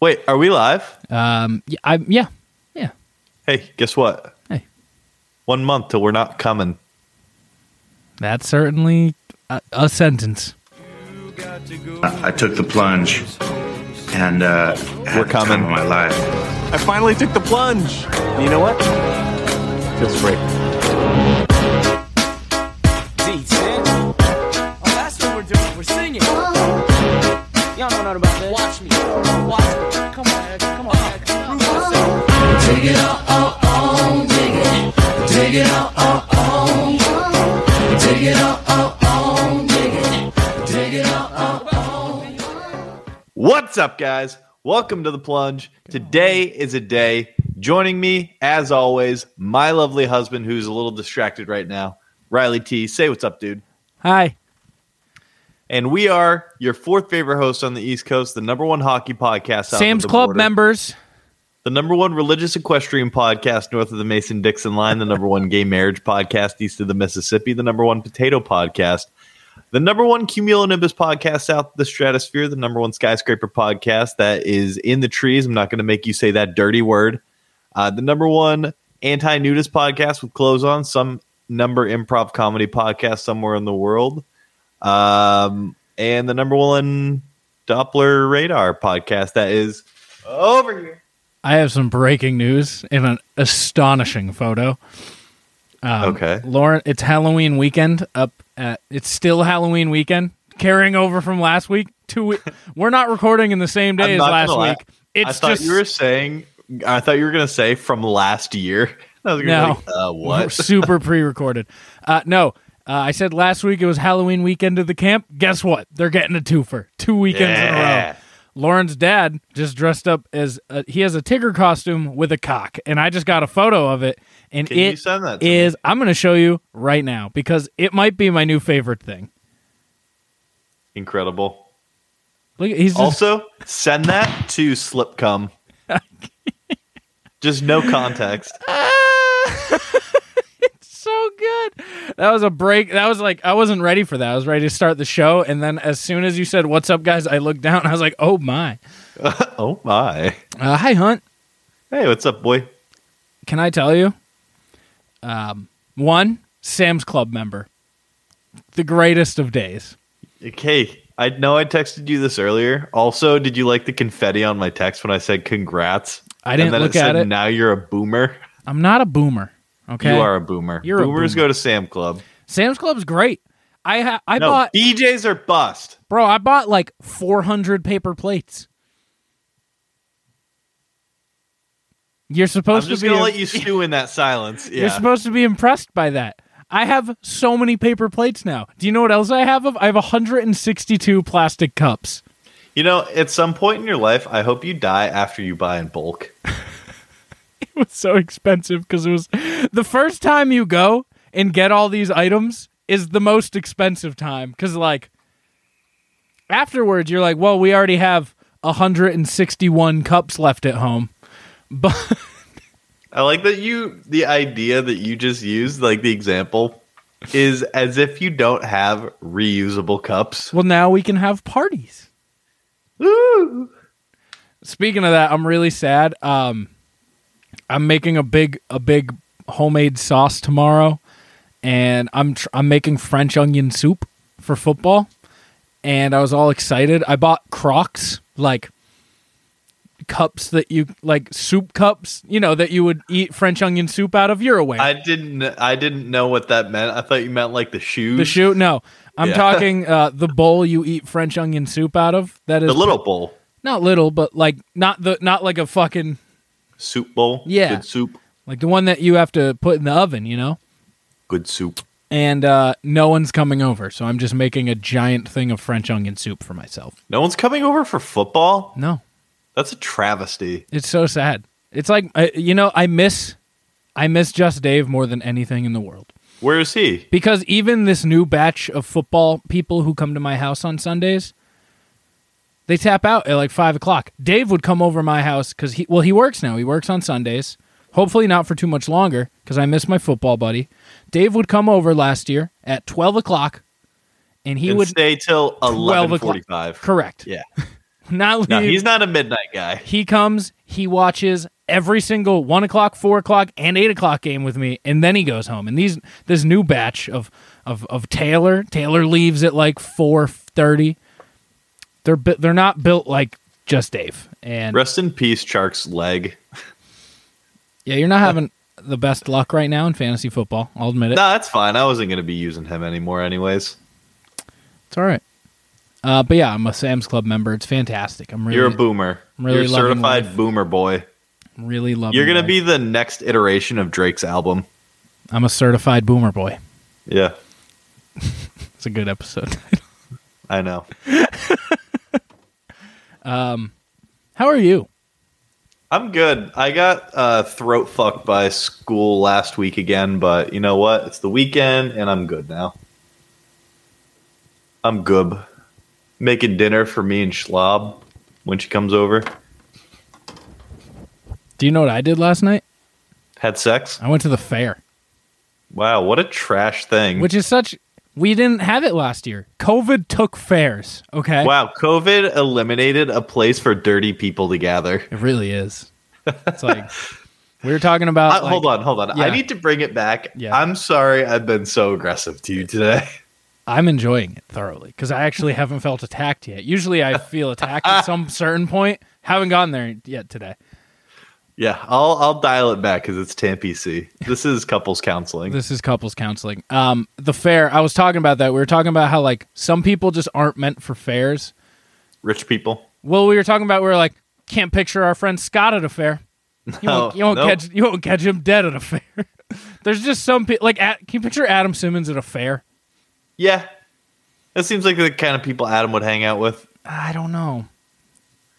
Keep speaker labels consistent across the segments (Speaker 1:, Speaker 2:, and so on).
Speaker 1: Wait, are we live?
Speaker 2: Um, yeah, I, yeah, yeah.
Speaker 1: Hey, guess what?
Speaker 2: Hey,
Speaker 1: One month till we're not coming.
Speaker 2: that's certainly a, a sentence.
Speaker 3: I took the plunge and uh, had
Speaker 1: We're
Speaker 3: the time
Speaker 1: coming.
Speaker 3: of my life.
Speaker 4: I finally took the plunge. And you know what? Feels great.
Speaker 5: D10. Oh, that's what we're doing. We're singing. Y'all don't know about this. Watch me. Watch me. Come on, Eric. Come on, Eric. Prove yourself.
Speaker 1: What's up, guys? Welcome to the plunge. Today is a day. Joining me, as always, my lovely husband, who's a little distracted right now, Riley T. Say what's up, dude.
Speaker 2: Hi.
Speaker 1: And we are your fourth favorite host on the East Coast, the number one hockey podcast. south of
Speaker 2: Sam's
Speaker 1: the
Speaker 2: Club
Speaker 1: border,
Speaker 2: members.
Speaker 1: the number one religious equestrian podcast north of the Mason Dixon line, the number one gay marriage podcast east of the Mississippi, the number one potato podcast, the number one cumulonimbus podcast south of the stratosphere, the number one skyscraper podcast that is in the trees. I'm not going to make you say that dirty word. Uh, the number one anti nudist podcast with clothes on, some number improv comedy podcast somewhere in the world, um, and the number one Doppler radar podcast that is over here.
Speaker 2: I have some breaking news in an astonishing photo.
Speaker 1: okay.
Speaker 2: Lauren, it's Halloween weekend up at it's still Halloween weekend carrying over from last week. Two we- we're not recording in the same day
Speaker 1: I'm
Speaker 2: as
Speaker 1: not
Speaker 2: last
Speaker 1: gonna lie.
Speaker 2: week. It's
Speaker 1: I thought
Speaker 2: just
Speaker 1: you were saying. I thought you were gonna say from last year. I was gonna
Speaker 2: No.
Speaker 1: be like, uh, what?
Speaker 2: super pre-recorded. Uh, no, uh, I said last week it was Halloween weekend at the camp. Guess what? They're getting a twofer, two weekends in a
Speaker 1: Yeah.
Speaker 2: row. Lauren's dad just dressed up as a, he has a Tigger costume with a cock, and I just got a photo of it. And
Speaker 1: Can you
Speaker 2: it
Speaker 1: send that to me?
Speaker 2: is I'm going to show you right now because it might be my new favorite thing.
Speaker 1: Incredible.
Speaker 2: Look, he's just,
Speaker 1: Also, send that to Slipcom. Just no context.
Speaker 2: so good. That was a break. That was like I wasn't ready for that. I was ready to start the show, and then as soon as you said "What's up, guys," I looked down. And I was like, "Oh my!"
Speaker 1: Oh my.
Speaker 2: Uh, hi, Hunt.
Speaker 1: Hey, what's up, boy?
Speaker 2: Can I tell you? Um, one Sam's Club member, the greatest of days.
Speaker 1: Okay, I know I texted you this earlier. Also, did you like the confetti on my text when I said congrats?
Speaker 2: I didn't
Speaker 1: and then
Speaker 2: look
Speaker 1: it said,
Speaker 2: at it.
Speaker 1: Now you're a boomer.
Speaker 2: I'm not a boomer. Okay,
Speaker 1: You are a boomer.
Speaker 2: You're a
Speaker 1: Boomers
Speaker 2: boomer.
Speaker 1: go to Sam Club.
Speaker 2: Sam's Club's great. I ha- I
Speaker 1: No,
Speaker 2: bought
Speaker 1: BJ's are bust.
Speaker 2: bro. I bought like 400 paper plates. You're
Speaker 1: I'm
Speaker 2: supposed
Speaker 1: just
Speaker 2: to be
Speaker 1: gonna
Speaker 2: a-
Speaker 1: let you stew in that silence. Yeah.
Speaker 2: You're supposed to be impressed by that. I have so many paper plates now. Do you know what else I have of? I have 162 plastic cups.
Speaker 1: You know, at some point in your life, I hope you die after you buy in bulk.
Speaker 2: It was so expensive because it was the first time you go and get all these items is the most expensive time because like afterwards you're like, well, we already have 161 cups left at home. But
Speaker 1: I like that you, the idea that you just used, like the example, is as if you don't have reusable cups.
Speaker 2: well, now we can have parties.
Speaker 1: Woo!
Speaker 2: Speaking of that, I'm really sad. Um, I'm making a big a big homemade sauce tomorrow, and I'm tr- I'm making French onion soup for football, and I was all excited. I bought Crocs like cups that you like soup cups, you know, that you would eat French onion soup out of. You're aware.
Speaker 1: I didn't, I didn't know what that meant. I thought you meant like the shoes,
Speaker 2: the shoe? No, I'm
Speaker 1: Yeah.
Speaker 2: talking uh, the bowl you eat French onion soup out of. That is
Speaker 1: the little bowl,
Speaker 2: not little, but like not the not like a fucking
Speaker 1: soup bowl.
Speaker 2: Yeah.
Speaker 1: good soup,
Speaker 2: like the one that you have to put in the oven, you know?
Speaker 1: good soup.
Speaker 2: And uh, no one's coming over, so I'm just making a giant thing of French onion soup for myself.
Speaker 1: No one's coming over for football.
Speaker 2: No,
Speaker 1: That's a travesty.
Speaker 2: it's so sad. It's like I, you know, I miss, I miss Just Dave more than anything in the world
Speaker 1: Where is he?
Speaker 2: because even this new batch of football people who come to my house on Sundays, they tap out at like five o'clock. Dave would come over my house because he, well, he works now. He works on Sundays. Hopefully not for too much longer because I miss my football buddy. Dave would come over last year at twelve o'clock, and he
Speaker 1: and
Speaker 2: would
Speaker 1: stay till
Speaker 2: 12
Speaker 1: eleven
Speaker 2: o'clock.
Speaker 1: forty-five.
Speaker 2: Correct.
Speaker 1: Yeah,
Speaker 2: Not leave.
Speaker 1: No, he's not a midnight guy.
Speaker 2: he comes, he watches every single one o'clock, four o'clock, and eight o'clock game with me, and then he goes home. And these this new batch of of, of Taylor Taylor leaves at like four thirty. They're bu- they're not built like just Dave. And
Speaker 1: Rest in peace, Chark's leg.
Speaker 2: yeah, you're not having the best luck right now in fantasy football. I'll admit it.
Speaker 1: No, that's fine. I wasn't going to be using him anymore, anyways.
Speaker 2: It's all right. Uh, but yeah, I'm a Sam's Club member. It's fantastic. I'm really
Speaker 1: You're a boomer.
Speaker 2: I'm really
Speaker 1: You're a
Speaker 2: loving
Speaker 1: certified
Speaker 2: life.
Speaker 1: boomer boy.
Speaker 2: really loving.
Speaker 1: You're going
Speaker 2: life.
Speaker 1: to be the next iteration of Drake's album.
Speaker 2: I'm a certified boomer boy.
Speaker 1: Yeah,
Speaker 2: It's a good episode.
Speaker 1: I know.
Speaker 2: How are you?
Speaker 1: I'm good. I got uh, throat fucked by school last week again, but you know what? It's the weekend and I'm good now. I'm good. Making dinner for me and Schlob when she comes over.
Speaker 2: Do you know what I did last night?
Speaker 1: Had sex.
Speaker 2: I went to the fair.
Speaker 1: Wow, what a trash thing.
Speaker 2: Mm-hmm. which is such we didn't have it last year. COVID took fairs, okay?
Speaker 1: wow, COVID eliminated a place for dirty people to gather.
Speaker 2: It really is. It's like we were talking about
Speaker 1: Uh,
Speaker 2: like,
Speaker 1: hold on, hold on. I
Speaker 2: yeah.
Speaker 1: need to bring it back.
Speaker 2: Yeah.
Speaker 1: I'm sorry I've been so aggressive to you today.
Speaker 2: I'm enjoying it thoroughly cuz I actually haven't felt attacked yet. Usually I feel attacked at some certain point. Haven't gotten there yet today.
Speaker 1: Yeah, I'll I'll dial it back because it's Tam PC. This is couples counseling.
Speaker 2: This is couples counseling. Um the fair, I was talking about that. We were talking about how like some people just aren't meant for fairs.
Speaker 1: Rich people.
Speaker 2: Well, we were talking about we were like can't picture our friend Scott at a fair. You won't,
Speaker 1: No,
Speaker 2: you won't
Speaker 1: nope.
Speaker 2: catch you won't catch him dead at a fair. There's just some people like at, can you picture Adam Simmons at a fair?
Speaker 1: Yeah, that seems like the kind of people Adam would hang out with.
Speaker 2: I don't know.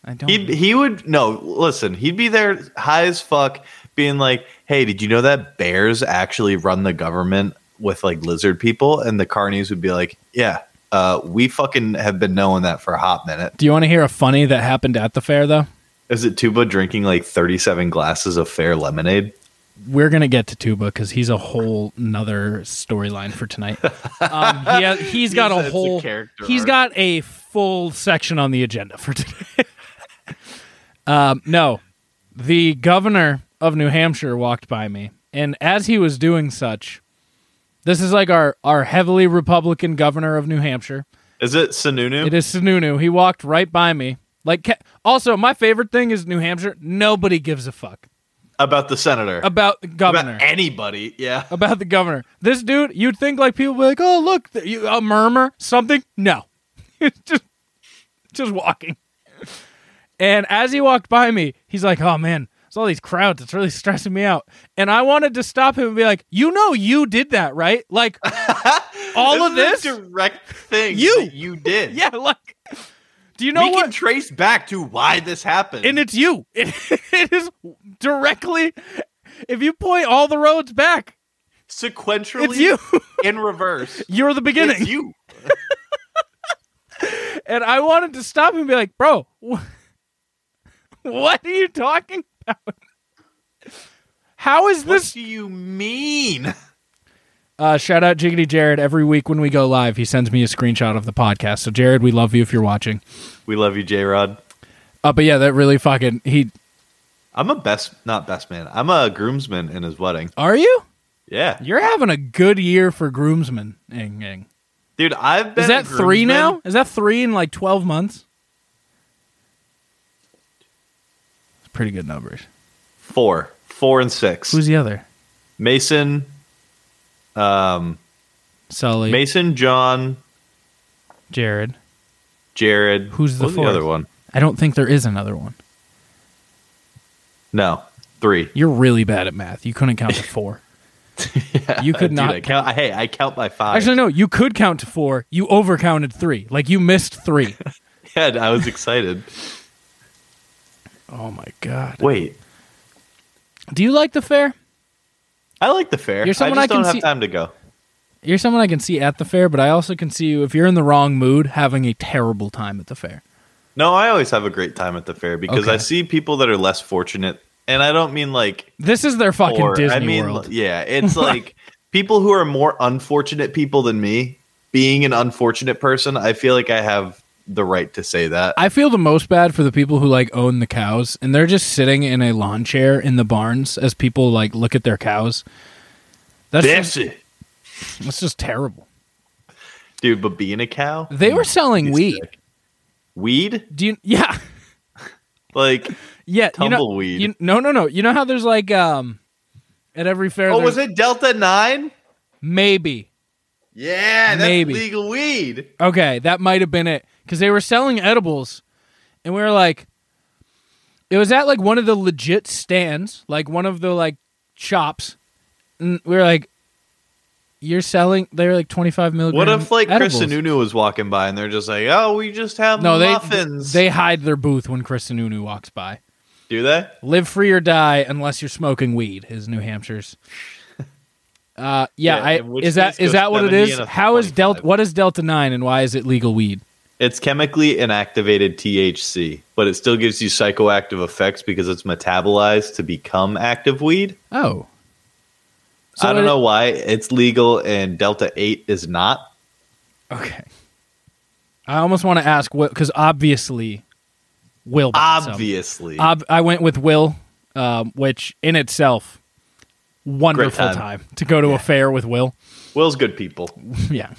Speaker 2: I don't.
Speaker 1: He he would no. Listen, he'd be there high as fuck, being like, "Hey, did you know that bears actually run the government with like lizard people?" And the carnies would be like, "Yeah, uh, we fucking have been knowing that for a hot minute."
Speaker 2: Do you want to hear a funny that happened at the fair though?
Speaker 1: Is it Tuba drinking like thirty-seven glasses of fair lemonade?
Speaker 2: We're gonna get to Tuba because he's a whole nother storyline for tonight. Um, he has, he's got
Speaker 1: He's-
Speaker 2: a
Speaker 1: it's a
Speaker 2: whole.
Speaker 1: character
Speaker 2: he's
Speaker 1: arc.
Speaker 2: got a full section on the agenda for today. um, no, the governor of New Hampshire walked by me, and as he was doing such, this is like our our heavily Republican governor of New Hampshire.
Speaker 1: Is it Sununu?
Speaker 2: It is Sununu. He walked right by me. Like, ca- also, my favorite thing is New Hampshire. Nobody gives a fuck
Speaker 1: about the senator.
Speaker 2: about the governor.
Speaker 1: About anybody? Yeah.
Speaker 2: about the governor. This dude, you'd think like people would be like, oh look, th- you, a murmur, something. No, just just walking. And as he walked by me, he's like, oh man, it's all these crowds. It's really stressing me out. And I wanted to stop him and be like, you know, you did that, right? Like all of
Speaker 1: is
Speaker 2: this.
Speaker 1: a direct thing
Speaker 2: You.
Speaker 1: that you did.
Speaker 2: yeah, like. Do you know
Speaker 1: we
Speaker 2: what?
Speaker 1: can trace back to why this happened.
Speaker 2: and it's you. It, it is directly. If you point all the roads back,
Speaker 1: sequentially
Speaker 2: it's you.
Speaker 1: in reverse.
Speaker 2: You're the beginning.
Speaker 1: It's you.
Speaker 2: And I wanted to stop him and be like, bro, wh- what are you talking about? How is
Speaker 1: What
Speaker 2: this?
Speaker 1: do you mean?
Speaker 2: Uh, shout out Jiggity Jared. Every week when we go live, he sends me a screenshot of the podcast. So, Jared, we love you if you're watching.
Speaker 1: We love you, J Rod.
Speaker 2: Uh, but yeah, that really fucking. He.
Speaker 1: I'm a best, not best man. I'm a groomsman in his wedding.
Speaker 2: Are you?
Speaker 1: Yeah,
Speaker 2: You're having a good year for groomsmen. Ing, ing.
Speaker 1: dude. I've been
Speaker 2: Is
Speaker 1: a
Speaker 2: that three
Speaker 1: groomsman-
Speaker 2: now? Is that three in like 12 months? It's pretty good numbers.
Speaker 1: Four, four, and six.
Speaker 2: Who's the other?
Speaker 1: Mason,
Speaker 2: Sully,
Speaker 1: Mason, John,
Speaker 2: Jared.
Speaker 1: Jared.
Speaker 2: Who's the
Speaker 1: What was
Speaker 2: fourth?
Speaker 1: other one?
Speaker 2: I don't think there is another one.
Speaker 1: No, three.
Speaker 2: You're really bad at math. You couldn't count to four. you could
Speaker 1: Dude,
Speaker 2: not.
Speaker 1: I count. I, hey, I count by five.
Speaker 2: Actually, no. You could count to four. You overcounted three. Like you missed three.
Speaker 1: yeah, I was excited.
Speaker 2: oh my god.
Speaker 1: Wait,
Speaker 2: Do you like the fair?
Speaker 1: I like the fair.
Speaker 2: You're someone
Speaker 1: I
Speaker 2: I
Speaker 1: just
Speaker 2: can
Speaker 1: don't have
Speaker 2: see-
Speaker 1: time to go.
Speaker 2: You're someone I can see at the fair, but I also can see you if you're in the wrong mood having a terrible time at the fair.
Speaker 1: No, I always have a great time at the fair because
Speaker 2: Okay.
Speaker 1: I see people that are less fortunate, and I don't mean like
Speaker 2: This is their fucking
Speaker 1: poor.
Speaker 2: Disney
Speaker 1: I mean,
Speaker 2: World.
Speaker 1: yeah, it's like people who are more unfortunate people than me. Being an unfortunate person, I feel like I have the right to say that.
Speaker 2: I feel the most bad for the people who like own the cows and they're just sitting in a lawn chair in the barns as people like look at their cows. That's just,
Speaker 1: it.
Speaker 2: that's just terrible.
Speaker 1: Dude, but being a cow,
Speaker 2: They were selling
Speaker 1: It's
Speaker 2: weed.
Speaker 1: sick. weed,
Speaker 2: Do you? Yeah,
Speaker 1: like
Speaker 2: yeah. you know-
Speaker 1: Tumbleweed.
Speaker 2: you- no, no, no. You know how there's like um at every fair.
Speaker 1: oh, was
Speaker 2: there's-
Speaker 1: it Delta Nine?
Speaker 2: maybe?
Speaker 1: Yeah, that's
Speaker 2: Maybe.
Speaker 1: legal weed.
Speaker 2: Okay, that might have been it because they were selling edibles, and we were like, it was at like one of the legit stands, like one of the like shops, and we were like, you're selling. They were like twenty five milligrams.
Speaker 1: What if like
Speaker 2: edibles.
Speaker 1: Chris Sununu was walking by and they're just like, "Oh, we just have
Speaker 2: No, they
Speaker 1: muffins."
Speaker 2: they hide their booth when Chris Sununu walks by.
Speaker 1: do they?
Speaker 2: Live free or die unless you're smoking weed is New Hampshire's. Uh, yeah,
Speaker 1: Yeah,
Speaker 2: I,
Speaker 1: in which
Speaker 2: is that
Speaker 1: case
Speaker 2: is
Speaker 1: go
Speaker 2: that what it
Speaker 1: 70
Speaker 2: is?
Speaker 1: and a
Speaker 2: How is Delta?
Speaker 1: 25.
Speaker 2: What is Delta Nine, and why is it legal weed?
Speaker 1: It's chemically inactivated THC, but it still gives you psychoactive effects because it's metabolized to become active weed.
Speaker 2: Oh,
Speaker 1: I don't
Speaker 2: it-
Speaker 1: know why it's legal and Delta 8 is not.
Speaker 2: Okay. I almost want to ask what because obviously, Will. bought some.
Speaker 1: Obviously.
Speaker 2: Ob- I went with Will, um, which in itself, wonderful
Speaker 1: time.
Speaker 2: time. to go to a fair with Will.
Speaker 1: Will's good people.
Speaker 2: yeah,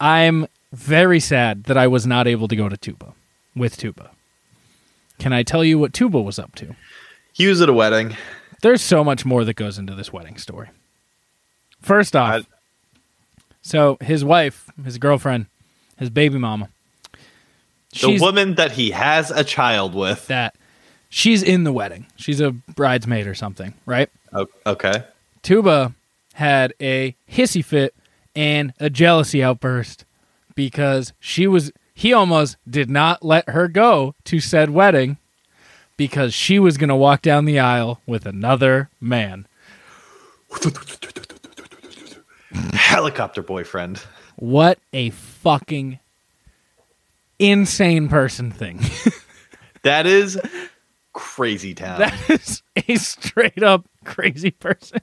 Speaker 2: I'm very sad that I was not able to go to Tuba with Tuba. Can I tell you what Tuba was up to?
Speaker 1: He was at a wedding.
Speaker 2: There's so much more that goes into this wedding story. First off,
Speaker 1: I-
Speaker 2: so his wife, his girlfriend, his baby mama.
Speaker 1: The woman that he has a child with.
Speaker 2: that she's in the wedding. She's a bridesmaid or something, right?
Speaker 1: O- Okay.
Speaker 2: Tuba had a hissy fit and a jealousy outburst because she was he almost did not let her go to said wedding because she was going to walk down the aisle with another man.
Speaker 1: Helicopter boyfriend.
Speaker 2: What a fucking insane person thing.
Speaker 1: That is crazy town.
Speaker 2: that is a straight up crazy person.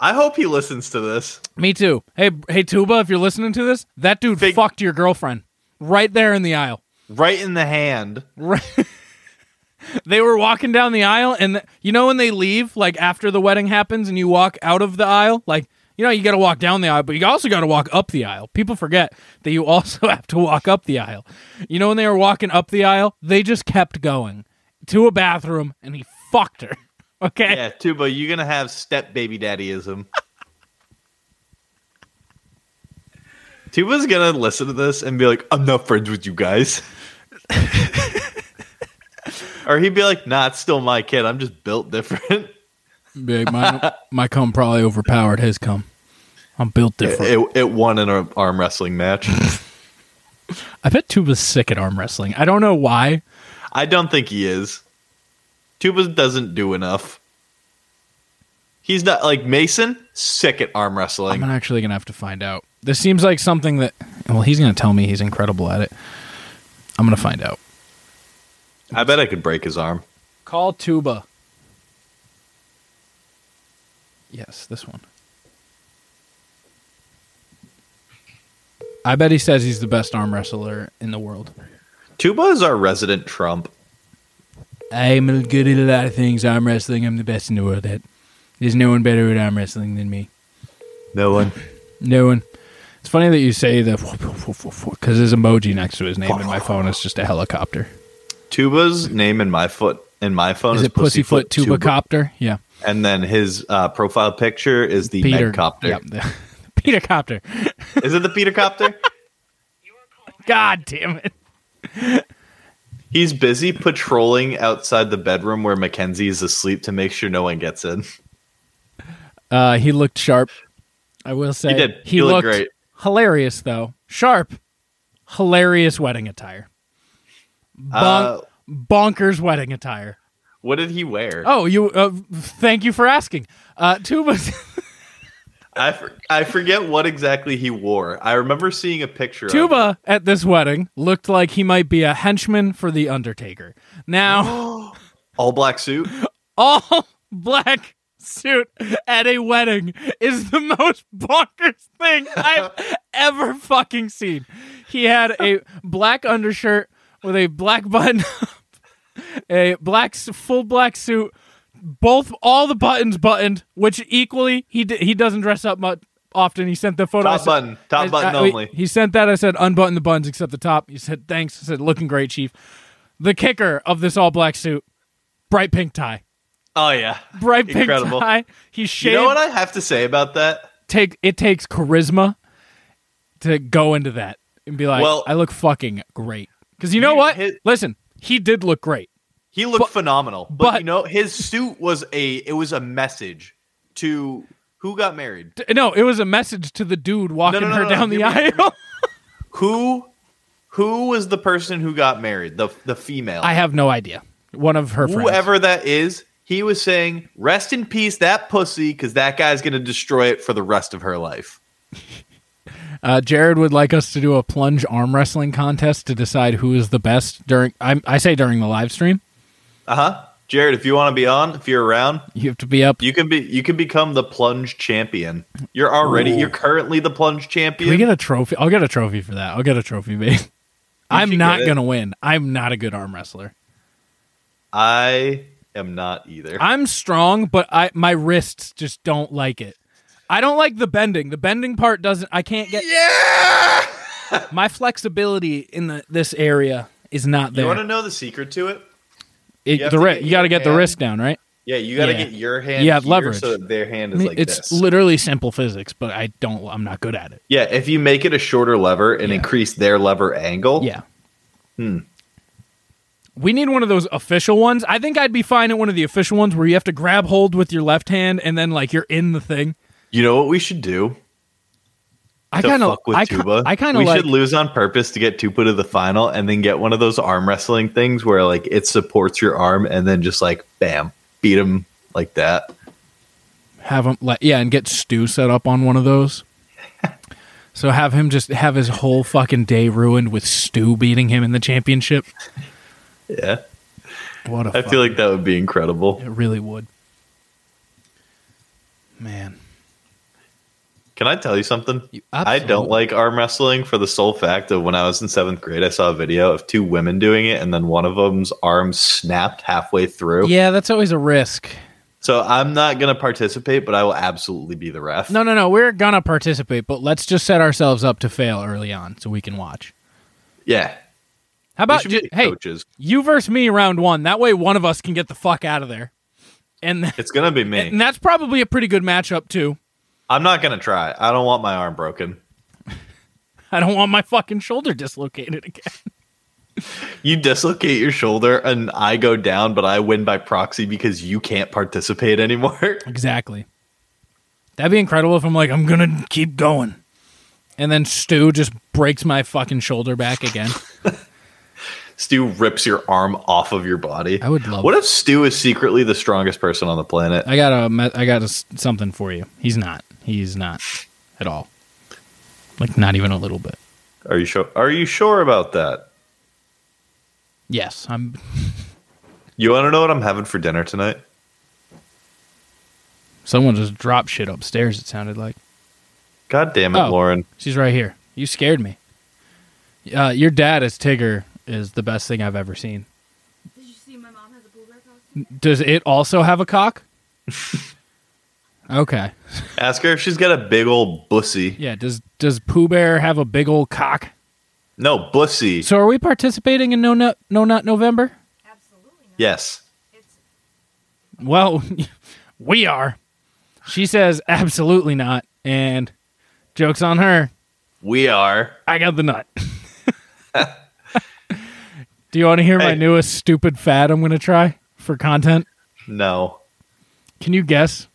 Speaker 1: I hope he listens to this.
Speaker 2: Me too. Hey, hey, Tuba, if you're listening to this, that dude
Speaker 1: Big-
Speaker 2: fucked your girlfriend right there in the aisle.
Speaker 1: Right in the hand.
Speaker 2: Right. they were walking down the aisle, and th- you know when they leave, like after the wedding happens, and you walk out of the aisle, like you know you got to walk down the aisle, but you also got to walk up the aisle. People forget that you also have to walk up the aisle. You know when they were walking up the aisle, they just kept going to a bathroom, and he fucked her. Okay.
Speaker 1: Yeah, Tuba, you're going to have step baby daddyism. Tuba's going to listen to this and be like, I'm not friends with you guys. or he'd be like, nah, it's still my kid. I'm just built different.
Speaker 2: Big, my, my cum probably overpowered his cum. I'm built different.
Speaker 1: It, it won in an arm wrestling match.
Speaker 2: I bet Tuba's sick at arm wrestling. I don't know why.
Speaker 1: I don't think he is. Tuba doesn't do enough. He's not like Mason, sick at arm
Speaker 2: I'm
Speaker 1: wrestling.
Speaker 2: actually gonna have to find out. This seems like something that. Well, he's gonna tell me he's incredible at it. I'm gonna find out.
Speaker 1: I bet I could break his arm.
Speaker 2: Call Tuba. Yes, this one. I bet he says he's the best arm wrestler in the world.
Speaker 1: Tuba is our resident Trump.
Speaker 2: I'm good at a lot of things. Arm wrestling, I'm the best in the world at. There's no one better at arm wrestling than me.
Speaker 1: No one.
Speaker 2: No one. It's funny that you say the because his emoji next to his name in my phone is just a helicopter.
Speaker 1: Tuba's name in my foot in my phone
Speaker 2: Is
Speaker 1: is,
Speaker 2: it Pussyfoot Tuba Copter? Yeah.
Speaker 1: and then his uh, profile picture is the
Speaker 2: Peter
Speaker 1: Medcopter.
Speaker 2: Yep. the- Peter Copter.
Speaker 1: Is it the Peter Copter?
Speaker 2: God damn it.
Speaker 1: He's busy patrolling outside the bedroom where Mackenzie is asleep to make sure no one gets in.
Speaker 2: Uh, he looked sharp. I will say
Speaker 1: He did. He looked great.
Speaker 2: hilarious though. Sharp. Hilarious wedding attire.
Speaker 1: Uh,
Speaker 2: Bon- bonkers wedding attire.
Speaker 1: What did he wear?
Speaker 2: Oh, you uh, thank you for asking. Uh Tuba's
Speaker 1: I, for- I forget what exactly he wore. I remember seeing a picture. Of it.
Speaker 2: Tuba at this wedding looked like he might be a henchman for the Undertaker. Now,
Speaker 1: all black suit.
Speaker 2: all black suit at a wedding is the most bonkers thing I've ever fucking seen. He had a black undershirt with a black button, a black s- full black suit, both all the buttons buttoned, which equally he d- he doesn't dress up much often. He sent the photo. I
Speaker 1: Top
Speaker 2: said-
Speaker 1: button. Top
Speaker 2: I-
Speaker 1: button
Speaker 2: I-
Speaker 1: only.
Speaker 2: He sent that. I said, unbutton the buttons except the top. He said, thanks. I said, looking great, chief. The kicker of this all black suit, bright pink tie.
Speaker 1: Oh yeah.
Speaker 2: Bright pink
Speaker 1: Incredible.
Speaker 2: tie. He
Speaker 1: You
Speaker 2: shaved.
Speaker 1: know what I have to say about that?
Speaker 2: take, it takes charisma to go into that and be like,
Speaker 1: Well-
Speaker 2: I look fucking great. Because you know what?
Speaker 1: hit-
Speaker 2: Listen, he did look great.
Speaker 1: He looked phenomenal. But,
Speaker 2: but-
Speaker 1: you know, his suit was a it was a message to who got married.
Speaker 2: D- No, it was a message to the dude walking
Speaker 1: no, no,
Speaker 2: her
Speaker 1: no,
Speaker 2: down
Speaker 1: give
Speaker 2: the
Speaker 1: me- give
Speaker 2: aisle.
Speaker 1: Who who was the person who got married? The the female.
Speaker 2: I have no idea. One of her friends.
Speaker 1: Whoever that is, he was saying, "Rest in peace that pussy cuz that guy's going to destroy it for the rest of her life."
Speaker 2: Uh, Jared would like us to do a plunge arm wrestling contest to decide who is the best during. I, I say during the live stream.
Speaker 1: Uh-huh. Jared, if you want to be on, if you're around,
Speaker 2: You have to be up.
Speaker 1: you can be you can become the plunge champion. You're already you're currently the plunge
Speaker 2: Can we
Speaker 1: champion.
Speaker 2: get a trophy. I'll get a trophy for that. I'll get a trophy made. I'm
Speaker 1: should
Speaker 2: not
Speaker 1: get it.
Speaker 2: gonna win. I'm not a good arm wrestler.
Speaker 1: I am not either.
Speaker 2: I'm strong, but I my wrists just don't like it. I don't like the bending. The bending part doesn't. I can't get. Yeah. my flexibility in the this area is not
Speaker 1: you
Speaker 2: there.
Speaker 1: want to know the secret to it?
Speaker 2: It-
Speaker 1: have
Speaker 2: the
Speaker 1: to
Speaker 2: wri-
Speaker 1: get
Speaker 2: you got to
Speaker 1: your
Speaker 2: get the
Speaker 1: hand-
Speaker 2: wrist down, right?
Speaker 1: Yeah, you got to
Speaker 2: Yeah.
Speaker 1: get your hand.
Speaker 2: You have
Speaker 1: here
Speaker 2: leverage.
Speaker 1: so that their hand
Speaker 2: I
Speaker 1: is
Speaker 2: mean,
Speaker 1: like
Speaker 2: it's
Speaker 1: this.
Speaker 2: literally simple physics, but I don't. I'm not good at it.
Speaker 1: yeah, if you make it a shorter lever and
Speaker 2: Yeah.
Speaker 1: increase their lever angle,
Speaker 2: Yeah.
Speaker 1: Hmm.
Speaker 2: We need one of those official ones. I think I'd be fine at one of the official ones where you have to grab hold with your left hand and then like you're in the thing.
Speaker 1: You know what we should do?
Speaker 2: I
Speaker 1: To
Speaker 2: kind of
Speaker 1: fuck with
Speaker 2: I, ki-
Speaker 1: Tuba.
Speaker 2: I kind of
Speaker 1: we
Speaker 2: like
Speaker 1: should lose on purpose to get Tuba to the final, and then get one of those arm wrestling things where like it supports your arm, and then just like bam, beat him like that.
Speaker 2: have him like yeah, and get Stu set up on one of those. so have him just have his whole fucking day ruined with Stu beating him in the championship.
Speaker 1: Yeah,
Speaker 2: What a
Speaker 1: I feel like that would be incredible.
Speaker 2: it really would. Man.
Speaker 1: Can I tell you something?
Speaker 2: You
Speaker 1: I don't
Speaker 2: absolutely-
Speaker 1: like arm wrestling for the sole fact that when I was in seventh grade, I saw a video of two women doing it, and then one of them's arm snapped halfway through.
Speaker 2: Yeah, that's always a risk.
Speaker 1: So I'm not going to participate, but I will absolutely be the ref.
Speaker 2: No, no, no. We're gonna participate, but let's just set ourselves up to fail early on so we can watch.
Speaker 1: Yeah.
Speaker 2: How
Speaker 1: We
Speaker 2: about
Speaker 1: should
Speaker 2: ju-
Speaker 1: be
Speaker 2: hey,
Speaker 1: coaches.
Speaker 2: you versus me round one. That way, one of us can get the fuck out of there, and th-
Speaker 1: It's going to be
Speaker 2: and
Speaker 1: me.
Speaker 2: that's probably a pretty good matchup too.
Speaker 1: I'm not going to try. I don't want my arm broken.
Speaker 2: I don't want my fucking shoulder dislocated again.
Speaker 1: You dislocate your shoulder and I go down, but I win by proxy because you can't participate anymore.
Speaker 2: Exactly. That'd be incredible if I'm like, I'm gonna keep going, and then Stu just breaks my fucking shoulder back again.
Speaker 1: Stu rips your arm off of your body.
Speaker 2: I would love
Speaker 1: What
Speaker 2: it.
Speaker 1: if Stu is secretly the strongest person on the planet?
Speaker 2: I got a, me- I got a s something for you. He's not. He's not at all. Like not even a little bit.
Speaker 1: Are you sure? Are you sure about that?
Speaker 2: Yes, I'm.
Speaker 1: You want to know what I'm having for dinner tonight?
Speaker 2: Someone just dropped shit upstairs. It sounded like
Speaker 1: God damn it,
Speaker 2: Oh.
Speaker 1: Lauren.
Speaker 2: she's right here. You scared me. Uh, your dad as Tigger is the best thing I've ever seen.
Speaker 6: Did you see my mom has a bull bear costume?
Speaker 2: Does it also have a cock? okay.
Speaker 1: Ask her if she's got a big old bussy.
Speaker 2: Yeah. Does Does Pooh Bear have a big old cock?
Speaker 1: No, bussy.
Speaker 2: So are we participating in No Nut No Nut November?
Speaker 6: Absolutely not.
Speaker 1: Yes.
Speaker 6: It's
Speaker 2: Well, we are. She says absolutely not, and jokes on her.
Speaker 1: We are.
Speaker 2: I got the nut. Do you want to hear my
Speaker 1: Hey.
Speaker 2: newest stupid fad I'm going to try for content?
Speaker 1: No.
Speaker 2: Can you guess?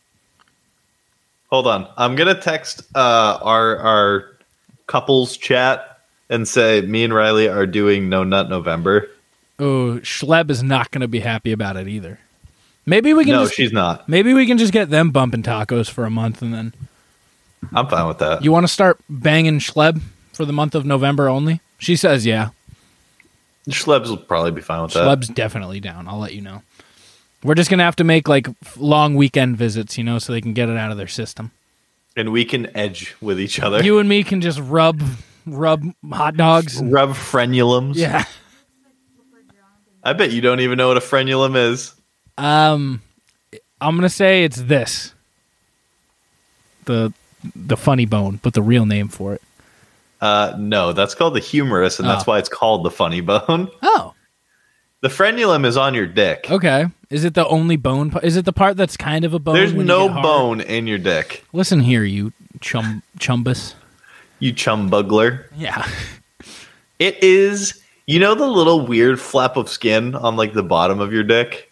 Speaker 1: Hold on. I'm gonna text uh, our our couples chat and say me and Riley are doing No Nut November.
Speaker 2: Oh, Schleb is not going to be happy about it either. Maybe we can
Speaker 1: No,
Speaker 2: just,
Speaker 1: she's not.
Speaker 2: maybe we can just get them bumping tacos for a month and then
Speaker 1: I'm fine with that.
Speaker 2: you want to start banging Schleb for the month of November only? She says yeah.
Speaker 1: Schlebs will probably be fine with that.
Speaker 2: Schleb's definitely down. I'll let you know. We're just gonna have to make like f- long weekend visits, you know, so they can get it out of their system.
Speaker 1: and we can edge with each other.
Speaker 2: You and me can just rub, rub hot dogs. and-
Speaker 1: Rub frenulums.
Speaker 2: yeah.
Speaker 1: I bet you don't even know what a frenulum is.
Speaker 2: Um, I'm gonna say it's this. The the funny bone, but the real name for it.
Speaker 1: Uh, no, that's called the humerus, and that's
Speaker 2: Oh.
Speaker 1: why it's called the funny bone.
Speaker 2: Oh,
Speaker 1: The frenulum is on your dick.
Speaker 2: okay. Is it the only bone? pa- Is it the part that's kind of a bone?
Speaker 1: There's
Speaker 2: when you
Speaker 1: no
Speaker 2: get hard?
Speaker 1: bone in your dick,
Speaker 2: Listen here, you chum chumbus.
Speaker 1: you chum bugler.
Speaker 2: Yeah.
Speaker 1: It is, you know, the little weird flap of skin on like the bottom of your dick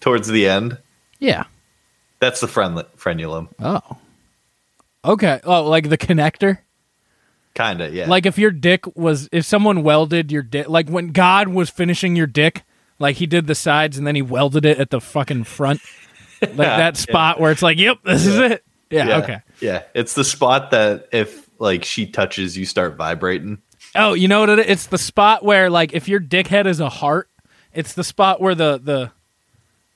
Speaker 1: towards the end?
Speaker 2: Yeah.
Speaker 1: That's the fren- frenulum.
Speaker 2: Oh. Okay. Oh, like the connector?
Speaker 1: Kinda, yeah.
Speaker 2: Like if your dick was if someone welded your dick like when God was finishing your dick, like he did the sides and then he welded it at the fucking front. Like that spot where it's like, Yep, this is it. Yeah, okay.
Speaker 1: Yeah. It's the spot that if like she touches, you start vibrating.
Speaker 2: Oh, you know what it is? It's the spot where like if your dickhead is a heart, it's the spot where the the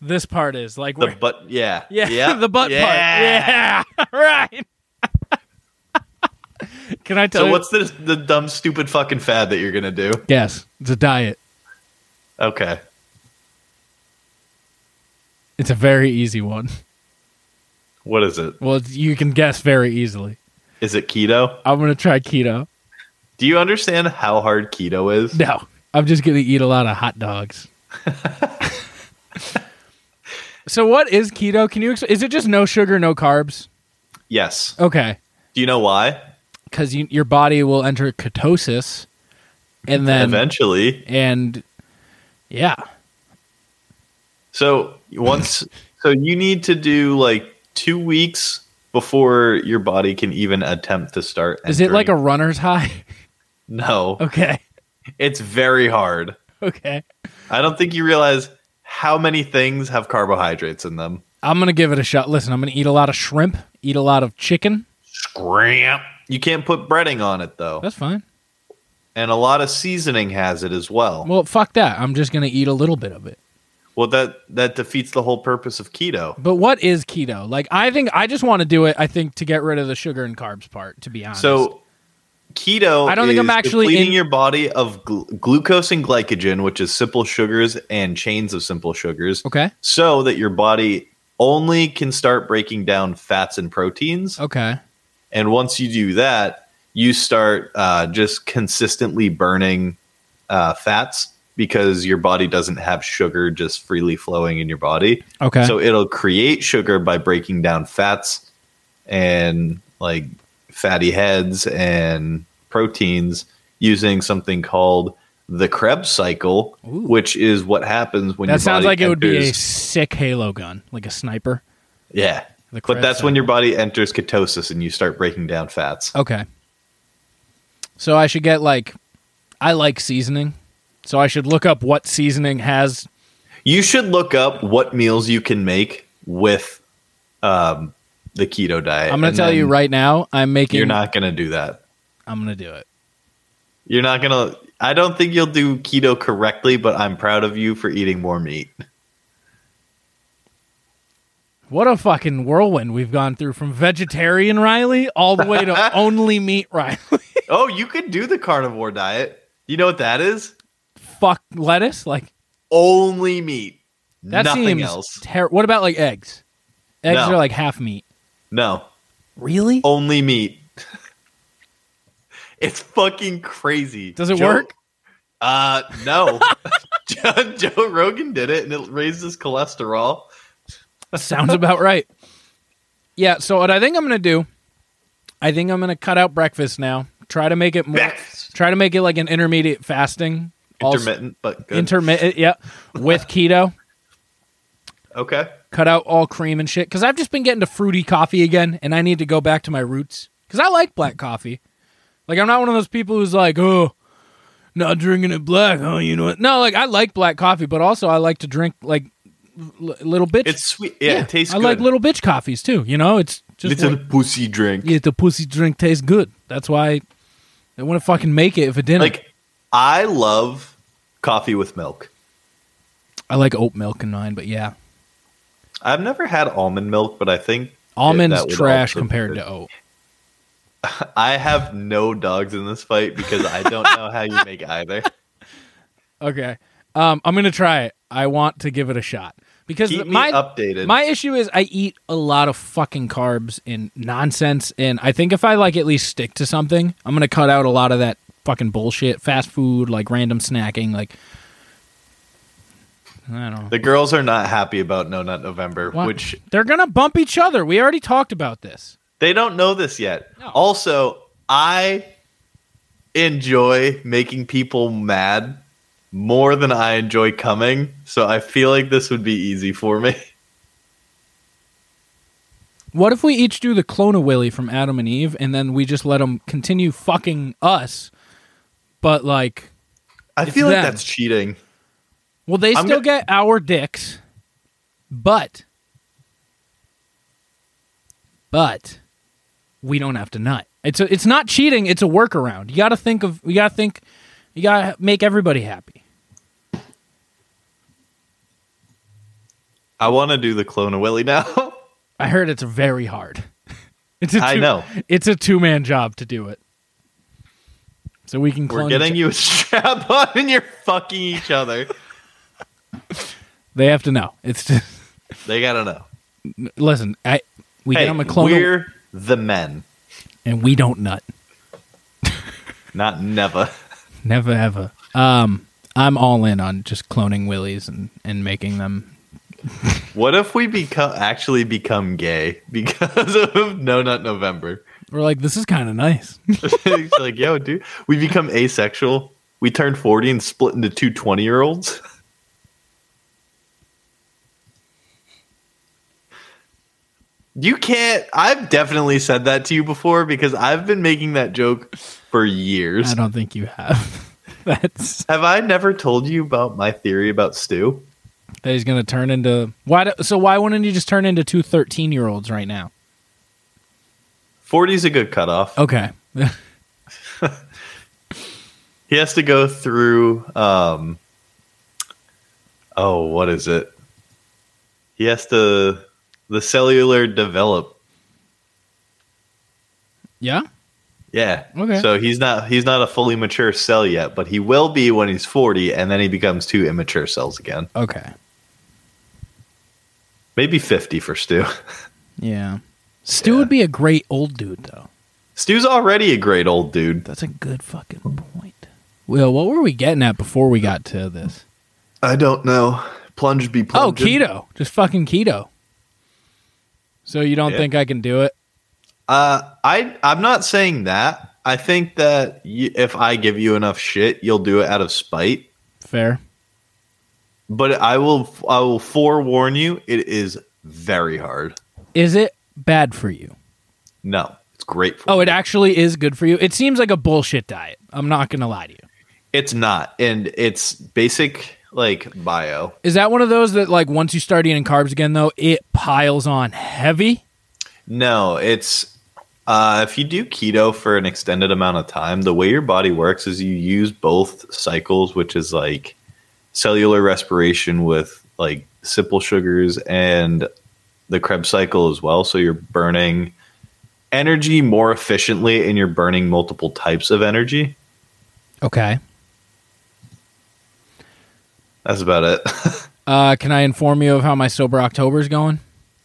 Speaker 2: this part is like
Speaker 1: The
Speaker 2: where,
Speaker 1: butt, yeah.
Speaker 2: Yeah,
Speaker 1: Yep.
Speaker 2: the butt part. Yeah, right. Can I tell
Speaker 1: So
Speaker 2: you?
Speaker 1: what's this the dumb stupid fucking fad that you're gonna do?
Speaker 2: Yes, it's a diet.
Speaker 1: Okay.
Speaker 2: It's a very easy one.
Speaker 1: What is it?
Speaker 2: Well, it's- you can guess very easily.
Speaker 1: Is it keto?
Speaker 2: I'm gonna try keto.
Speaker 1: Do you understand how hard keto is?
Speaker 2: No, I'm just gonna eat a lot of hot dogs. so, what is keto? Can you? Exp- is it just no sugar, no carbs?
Speaker 1: Yes.
Speaker 2: Okay,
Speaker 1: Do you know why?
Speaker 2: because you, your body will enter ketosis, and then
Speaker 1: Eventually.
Speaker 2: and yeah,
Speaker 1: So once so you need to do like two weeks before your body can even attempt to start.
Speaker 2: is it like a
Speaker 1: entering-
Speaker 2: runner's high?
Speaker 1: no?
Speaker 2: okay,
Speaker 1: It's very hard.
Speaker 2: okay.
Speaker 1: I don't think you realize how many things have carbohydrates in them.
Speaker 2: I'm gonna give it a shot. Listen, I'm gonna eat a lot of shrimp, eat a lot of chicken.
Speaker 1: Scram. You can't put breading on it though.
Speaker 2: That's fine.
Speaker 1: And a lot of seasoning has it as well.
Speaker 2: Well, fuck that. I'm just gonna eat a little bit of it.
Speaker 1: Well, that that defeats the whole purpose of keto.
Speaker 2: But what is keto? Like, I think I just want to do it. I think to get rid of the sugar and carbs part. To be honest,
Speaker 1: So keto
Speaker 2: I don't think
Speaker 1: is
Speaker 2: I'm actually
Speaker 1: depleting
Speaker 2: in-
Speaker 1: your body of glu- glucose and glycogen, which is simple sugars and chains of simple sugars,
Speaker 2: okay,
Speaker 1: so that your body only can start breaking down fats and proteins.
Speaker 2: okay,
Speaker 1: And once you do that, you start uh, just consistently burning uh, fats because your body doesn't have sugar just freely flowing in your body.
Speaker 2: okay.
Speaker 1: So it'll create sugar by breaking down fats and like fatty heads and proteins using something called the Krebs cycle, which is what happens when your
Speaker 2: that sounds
Speaker 1: body
Speaker 2: like it would be a
Speaker 1: enters-
Speaker 2: sick Halo gun, like a sniper.
Speaker 1: yeah.
Speaker 2: The
Speaker 1: but
Speaker 2: Krebs
Speaker 1: that's when
Speaker 2: cycle. Oh.
Speaker 1: your body enters ketosis and you start breaking down fats.
Speaker 2: Okay. So I should get like, I like seasoning, so I should look up what seasoning has.
Speaker 1: You should look up what meals you can make with um, the keto diet.
Speaker 2: I'm gonna
Speaker 1: and
Speaker 2: tell you
Speaker 1: then
Speaker 2: right now. I'm making.
Speaker 1: You're not gonna do that.
Speaker 2: I'm gonna do it.
Speaker 1: You're not gonna. I don't think you'll do keto correctly, but I'm proud of you for eating more meat.
Speaker 2: What a fucking whirlwind we've gone through from vegetarian Riley all the way to only meat Riley.
Speaker 1: Oh, you could do the carnivore diet. You know what that is?
Speaker 2: Fuck lettuce, like.
Speaker 1: Only meat.
Speaker 2: That
Speaker 1: Nothing
Speaker 2: seems
Speaker 1: else.
Speaker 2: Ter- what about like eggs? Eggs
Speaker 1: No. Oh,
Speaker 2: are like half meat.
Speaker 1: No,
Speaker 2: Really?
Speaker 1: only meat. it's fucking crazy.
Speaker 2: Does it
Speaker 1: Joe-
Speaker 2: work?
Speaker 1: Uh, no. Joe, Joe Rogan did it, and it raised his cholesterol.
Speaker 2: Sounds about right. Yeah. So what I think I'm gonna do, I think I'm gonna cut out breakfast now. Try to make it more.
Speaker 1: Breakfast.
Speaker 2: Try to make it like an intermediate fasting. also-
Speaker 1: Intermittent, but good.
Speaker 2: Intermittent. Yeah. With keto.
Speaker 1: okay.
Speaker 2: Cut out all cream and shit. Cause I've just been getting to fruity coffee again and I need to go back to my roots. Cause I like black coffee. Like I'm not one of those people who's like, oh, not drinking it black. Oh, you know what? No, like I like black coffee, but also I like to drink like l- little bitch.
Speaker 1: It's sweet. Yeah, it tastes
Speaker 2: I
Speaker 1: good.
Speaker 2: like little bitch coffees too. You know, it's just
Speaker 1: Little
Speaker 2: what-
Speaker 1: pussy drink.
Speaker 2: yeah, the pussy drink tastes good. That's why they want to fucking make it if it didn't.
Speaker 1: Like, I love coffee with milk.
Speaker 2: I like oat milk and mine, but yeah,
Speaker 1: I've never had almond milk, but I think
Speaker 2: Almonds
Speaker 1: that would
Speaker 2: trash
Speaker 1: also-
Speaker 2: compared to oat.
Speaker 1: I have no dogs in this fight because I don't know how you make either.
Speaker 2: Okay. Um, I'm gonna try it. I want to give it a shot because
Speaker 1: Keep me
Speaker 2: my
Speaker 1: updated.
Speaker 2: my issue is I eat a lot of fucking carbs and nonsense, and I think if I like at least stick to something, I'm gonna cut out a lot of that fucking bullshit, fast food, like random snacking, like I don't know.
Speaker 1: the girls are not happy about No Nut November,
Speaker 2: What?
Speaker 1: which
Speaker 2: they're gonna bump each other. We already talked about this.
Speaker 1: They don't know this yet.
Speaker 2: No.
Speaker 1: Also, I enjoy making people mad more than I enjoy coming, so I feel like this would be easy for me.
Speaker 2: What if we each do the clone of Willy from Adam and Eve, and then we just let them continue fucking us? But like,
Speaker 1: I
Speaker 2: It's
Speaker 1: feel like
Speaker 2: them.
Speaker 1: that's cheating.
Speaker 2: well, they
Speaker 1: I'm
Speaker 2: still
Speaker 1: go-
Speaker 2: get our dicks, but but we don't have to nut. It's a, it's not cheating. It's a workaround. You got to think of. You got to think. You got to make everybody happy.
Speaker 1: I want to do the clone of Willie now.
Speaker 2: I heard it's very hard. It's a two,
Speaker 1: I know.
Speaker 2: It's a two man job to do it. So we can clone
Speaker 1: We're getting
Speaker 2: each-
Speaker 1: you a strap on and you're fucking each other.
Speaker 2: They have to know. It's just,
Speaker 1: They gotta know.
Speaker 2: listen. I we
Speaker 1: Hey,
Speaker 2: get them a clone of-
Speaker 1: we're the men,
Speaker 2: and we don't nut.
Speaker 1: not never.
Speaker 2: Never ever. Um, I'm all in on just cloning willies and and making them.
Speaker 1: What if we become actually become gay because of No Nut November?
Speaker 2: We're like, this is kind of nice.
Speaker 1: He's like, yo, dude, we become asexual. We turn 40 and split into two 20 year olds. You can't. I've definitely said that to you before because I've been making that joke for years.
Speaker 2: I don't think you have. That's
Speaker 1: Have I never told you about my theory about Stu?
Speaker 2: that he's gonna turn into why? Do, so why wouldn't he just turn into two 13 year olds right now?
Speaker 1: 40 is a good cutoff.
Speaker 2: Okay.
Speaker 1: He has to go through. Um, oh, what is it? He has to the cellular develop
Speaker 2: yeah.
Speaker 1: Yeah.
Speaker 2: Okay.
Speaker 1: So he's not he's not a fully mature cell yet, but he will be when he's 40 and then he becomes two immature cells again.
Speaker 2: Okay.
Speaker 1: Maybe 50 for Stu.
Speaker 2: Yeah. Stu would be a great old dude though.
Speaker 1: Stu's already a great old dude.
Speaker 2: That's a good fucking point. Well, what were we getting at before we got to this?
Speaker 1: I don't know. Plunge be
Speaker 2: Oh,
Speaker 1: plunged.
Speaker 2: keto. Just fucking keto. So you don't
Speaker 1: Yeah.
Speaker 2: think I can do it?
Speaker 1: Uh I I'm not saying that. I think that y if I give you enough shit, you'll do it out of spite,
Speaker 2: Fair.
Speaker 1: but I will I will forewarn you it is very hard.
Speaker 2: Is it bad for you?
Speaker 1: No. It's great for
Speaker 2: Oh, it
Speaker 1: you.
Speaker 2: actually is good for you. It seems like a bullshit diet. I'm not going to lie to you.
Speaker 1: It's not and it's basic like bio.
Speaker 2: Is that one of those that like once you start eating carbs again though, it piles on heavy?
Speaker 1: No, it's uh, if you do keto for an extended amount of time, the way your body works is you use both cycles, which is like cellular respiration with like simple sugars and the Krebs cycle as well. So you're burning energy more efficiently and you're burning multiple types of energy.
Speaker 2: Okay.
Speaker 1: That's about it.
Speaker 2: Uh, can I inform you of how my sober October's going?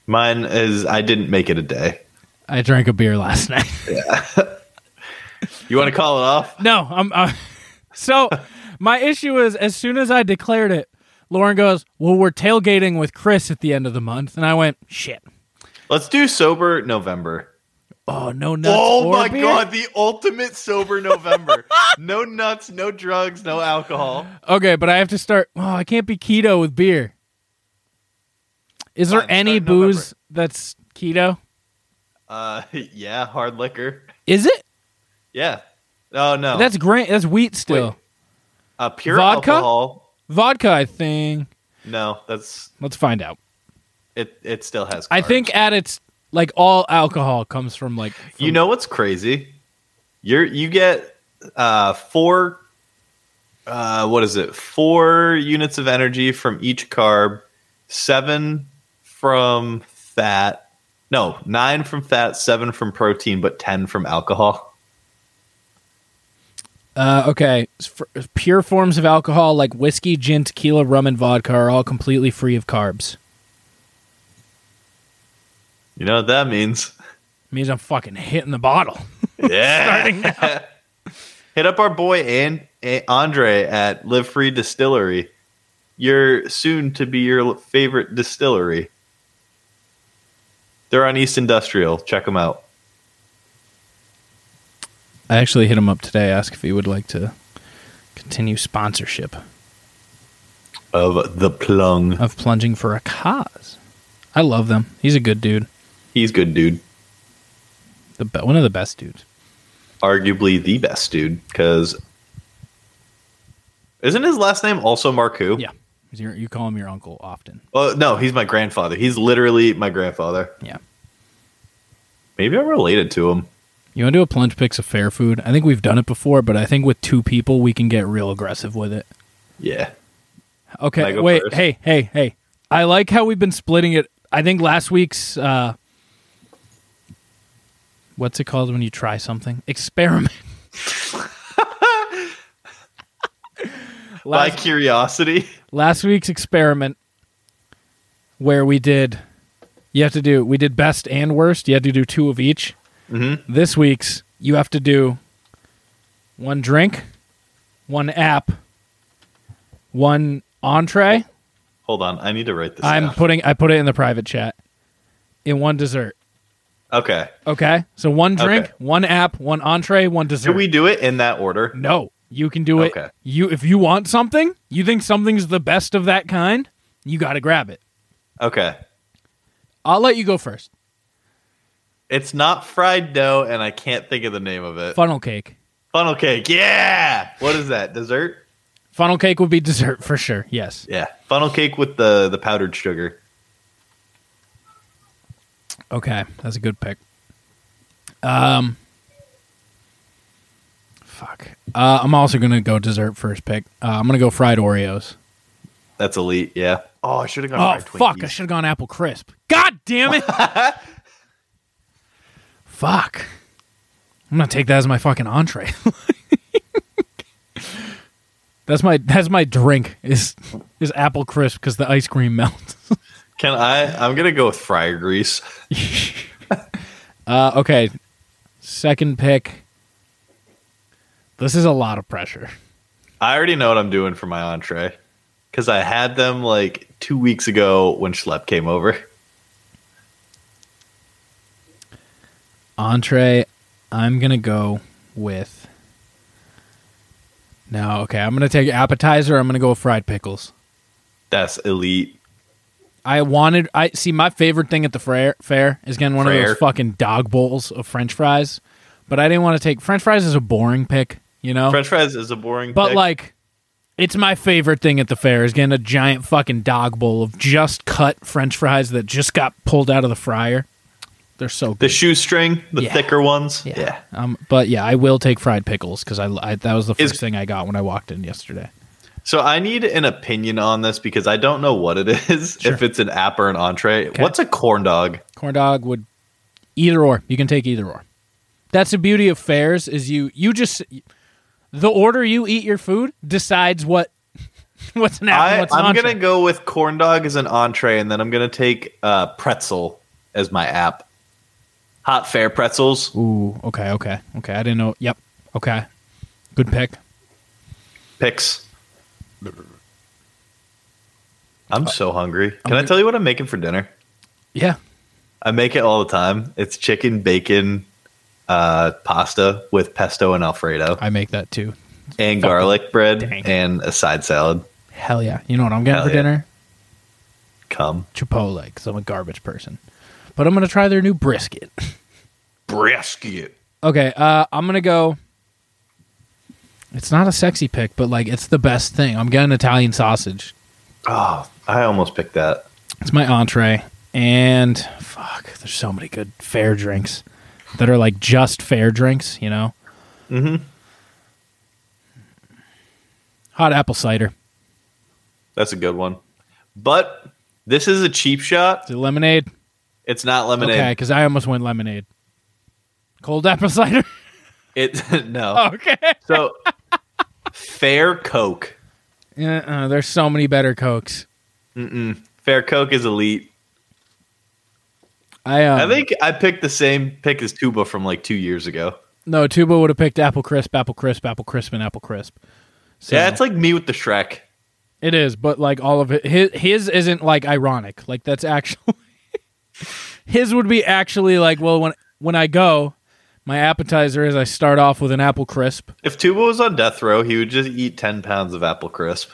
Speaker 1: Mine is I didn't make it a day.
Speaker 2: I drank a beer last night.
Speaker 1: You want to call it off?
Speaker 2: No, I'm. Uh, so my issue is, as soon as I declared it, Lauren goes, "Well, we're tailgating with Chris at the end of the month," and I went, "Shit."
Speaker 1: Let's do sober November.
Speaker 2: Oh no nuts!
Speaker 1: oh
Speaker 2: or
Speaker 1: my
Speaker 2: beer?
Speaker 1: god, the ultimate sober November. no nuts, no drugs, no alcohol.
Speaker 2: Okay, but I have to start. Oh, I can't be keto with beer. Is there
Speaker 1: Fine,
Speaker 2: any
Speaker 1: start November.
Speaker 2: booze that's keto?
Speaker 1: Uh yeah, hard liquor.
Speaker 2: Is it?
Speaker 1: Yeah. Oh no.
Speaker 2: That's grain. That's wheat still.
Speaker 1: uh, pure
Speaker 2: vodka?
Speaker 1: alcohol.
Speaker 2: Vodka, I think.
Speaker 1: No, that's
Speaker 2: Let's find out.
Speaker 1: it it still has
Speaker 2: I
Speaker 1: carbs.
Speaker 2: think at its like all alcohol comes from like from-
Speaker 1: you know what's crazy? You're you get uh four uh what is it? Four units of energy from each carb, seven from fat. No, nine from fat, seven from protein, but 10 from alcohol.
Speaker 2: Uh, okay, S- for- pure forms of alcohol like whiskey, gin, tequila, rum, and vodka are all completely free of carbs.
Speaker 1: You know what that means?
Speaker 2: means I'm fucking hitting the bottle.
Speaker 1: Yeah. Hit up our boy and, and Andre at Live Free Distillery. Your soon to be your favorite distillery. They're on East Industrial. Check them out.
Speaker 2: I actually hit him up today, ask if he would like to continue sponsorship
Speaker 1: Of the plung.
Speaker 2: of plunging for a cause. I love them. He's a good dude.
Speaker 1: He's good, dude.
Speaker 2: The be- one of the best dudes.
Speaker 1: Arguably the best dude, because isn't his last name also Marku?
Speaker 2: Yeah, He's your- you call him your uncle often.
Speaker 1: Oh no, he's my grandfather. He's literally my grandfather.
Speaker 2: Yeah.
Speaker 1: Maybe I'm related to him.
Speaker 2: You want to do a plunge picks of fair food? I think we've done it before, but I think with two people we can get real aggressive with it.
Speaker 1: Yeah. Can I
Speaker 2: Okay,
Speaker 1: go
Speaker 2: wait,
Speaker 1: first?
Speaker 2: hey, hey, hey. I like how we've been splitting it. I think last week's uh what's it called when you try something? Experiment.
Speaker 1: By
Speaker 2: last,
Speaker 1: curiosity.
Speaker 2: last week's experiment where we did you have to do we did best and worst. You had to do two of each. Mm-hmm. This week's you have to do one drink, one app, one entree.
Speaker 1: Hold on, I need to write this.
Speaker 2: I'm
Speaker 1: down.
Speaker 2: putting I put it in the private chat. In one dessert.
Speaker 1: okay.
Speaker 2: Okay? So one drink,
Speaker 1: Okay.
Speaker 2: one app, one entree, one dessert.
Speaker 1: Did we do it in that order?
Speaker 2: no. You can do it.
Speaker 1: Okay.
Speaker 2: You if you want something, you think something's the best of that kind, you got to grab it.
Speaker 1: Okay.
Speaker 2: I'll let you go first.
Speaker 1: It's not fried dough, and I can't think of the name of it.
Speaker 2: Funnel cake.
Speaker 1: Funnel cake. Yeah. What is that? Dessert?
Speaker 2: Funnel cake would be dessert for sure. Yes.
Speaker 1: Yeah. Funnel cake with the the powdered sugar.
Speaker 2: Okay. That's a good pick. Um Fuck. Uh, I'm also going to go dessert first pick. Uh, I'm going to go fried Oreos.
Speaker 1: That's elite. Yeah. Oh, I should have gone.
Speaker 2: Oh
Speaker 1: fried
Speaker 2: fuck! I
Speaker 1: Twinkies.
Speaker 2: should have gone apple crisp. God damn it! fuck! I'm gonna take that as my fucking entree. that's my that's my drink is is apple crisp because the ice cream melts.
Speaker 1: Can I? I'm gonna go with fryer grease.
Speaker 2: Uh, okay, second pick. This is a lot of pressure.
Speaker 1: I already know what I'm doing for my entree because I had them like two weeks ago when Schlepp came over.
Speaker 2: Entree. I'm gonna go with. No, okay. I'm gonna take appetizer. I'm gonna go with fried pickles.
Speaker 1: That's elite.
Speaker 2: I wanted. I see. My favorite thing at the fair, fair is getting one of
Speaker 1: Fair.
Speaker 2: those fucking dog bowls of French fries, but I didn't want to take French fries is a boring pick, you know.
Speaker 1: French fries is a boring.
Speaker 2: but
Speaker 1: pick.
Speaker 2: like, it's my favorite thing at the fair is getting a giant fucking dog bowl of just cut French fries that just got pulled out of the fryer. They're so
Speaker 1: the
Speaker 2: good.
Speaker 1: shoestring, the
Speaker 2: Yeah.
Speaker 1: thicker ones. Yeah.
Speaker 2: Um. But yeah, I will take fried pickles because I, I that was the
Speaker 1: Is-
Speaker 2: first thing I got when I walked in yesterday.
Speaker 1: So I need an opinion on this because I don't know what it is.
Speaker 2: Sure.
Speaker 1: If it's an app or an entree,
Speaker 2: Okay.
Speaker 1: what's a corn dog?
Speaker 2: corn dog would either or you can take either or that's the beauty of fairs is you you just the order you eat your food decides what what's an apple
Speaker 1: I,
Speaker 2: what's an
Speaker 1: I'm
Speaker 2: entree.
Speaker 1: gonna go with corn dog as an entree, and then I'm gonna take uh, pretzel as my app. Hot fair pretzels.
Speaker 2: ooh okay okay okay i didn't know yep okay good pick
Speaker 1: picks.
Speaker 2: Uh,
Speaker 1: I'm so hungry. Can I tell you what I'm making for dinner?
Speaker 2: yeah
Speaker 1: I make it all the time. It's chicken bacon uh, pasta with pesto and alfredo
Speaker 2: i make that too
Speaker 1: and garlic bread
Speaker 2: dang.
Speaker 1: and a side salad.
Speaker 2: hell yeah you know what i'm getting
Speaker 1: Hell
Speaker 2: for
Speaker 1: yeah.
Speaker 2: dinner
Speaker 1: Come
Speaker 2: chipotle because i'm a garbage person but i'm gonna try their new brisket
Speaker 1: brisket.
Speaker 2: Okay, uh, I'm gonna go. It's not a sexy pick, but like it's the best thing. I'm getting Italian sausage.
Speaker 1: Oh, I almost picked that.
Speaker 2: It's my entree, and fuck, there's so many good fair drinks that are like just fair drinks, you know. Mm-hmm. Hot apple cider.
Speaker 1: That's a good one. But This is a cheap shot.
Speaker 2: Is it lemonade?
Speaker 1: It's not lemonade.
Speaker 2: Okay, because I almost went lemonade. Cold apple cider.
Speaker 1: It no.
Speaker 2: okay.
Speaker 1: So fair Coke.
Speaker 2: Uh-uh, there's so many better cokes.
Speaker 1: Fair Coke is elite.
Speaker 2: I um,
Speaker 1: I think I picked the same pick as Tuba from like two years ago.
Speaker 2: no Tuba would have picked apple crisp, apple crisp, apple crisp, and apple crisp. So
Speaker 1: Yeah, it's like me with the Shrek.
Speaker 2: it is, but like all of it, his, his isn't like ironic. Like that's actually his would be actually like well when when I go, my appetizer is I start off with an apple crisp.
Speaker 1: If Tuba was on death row, he would just eat ten pounds of apple crisp.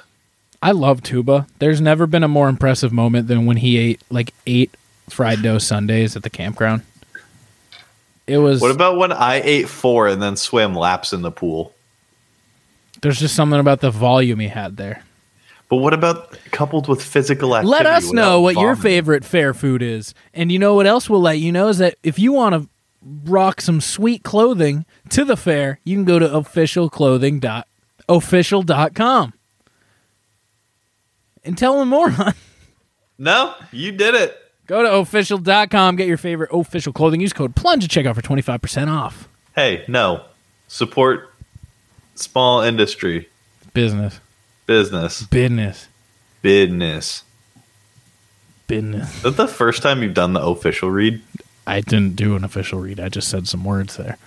Speaker 2: I love Tuba. There's never been a more impressive moment than when he ate like eight fried dough sundaes at the campground. It was
Speaker 1: What about when I ate four and then swam laps in the pool?
Speaker 2: there's just something about the volume he had there.
Speaker 1: But what about coupled with physical activity?
Speaker 2: Let us
Speaker 1: without
Speaker 2: know what your
Speaker 1: vomiting?
Speaker 2: favorite fair food is. And you know what else we'll let you know is that if you want to rock some sweet clothing to the fair, you can go to officialclothing dot official.com. And tell them more on
Speaker 1: No, you did it.
Speaker 2: Go to official.com, get your favorite official clothing. Use code PLUNGE at checkout for 25% off.
Speaker 1: Hey, no, support small industry
Speaker 2: Business.
Speaker 1: business
Speaker 2: Business.
Speaker 1: business.
Speaker 2: Business.
Speaker 1: Is that the first time you've done the official read?
Speaker 2: I didn't do an official read. I just said some words there.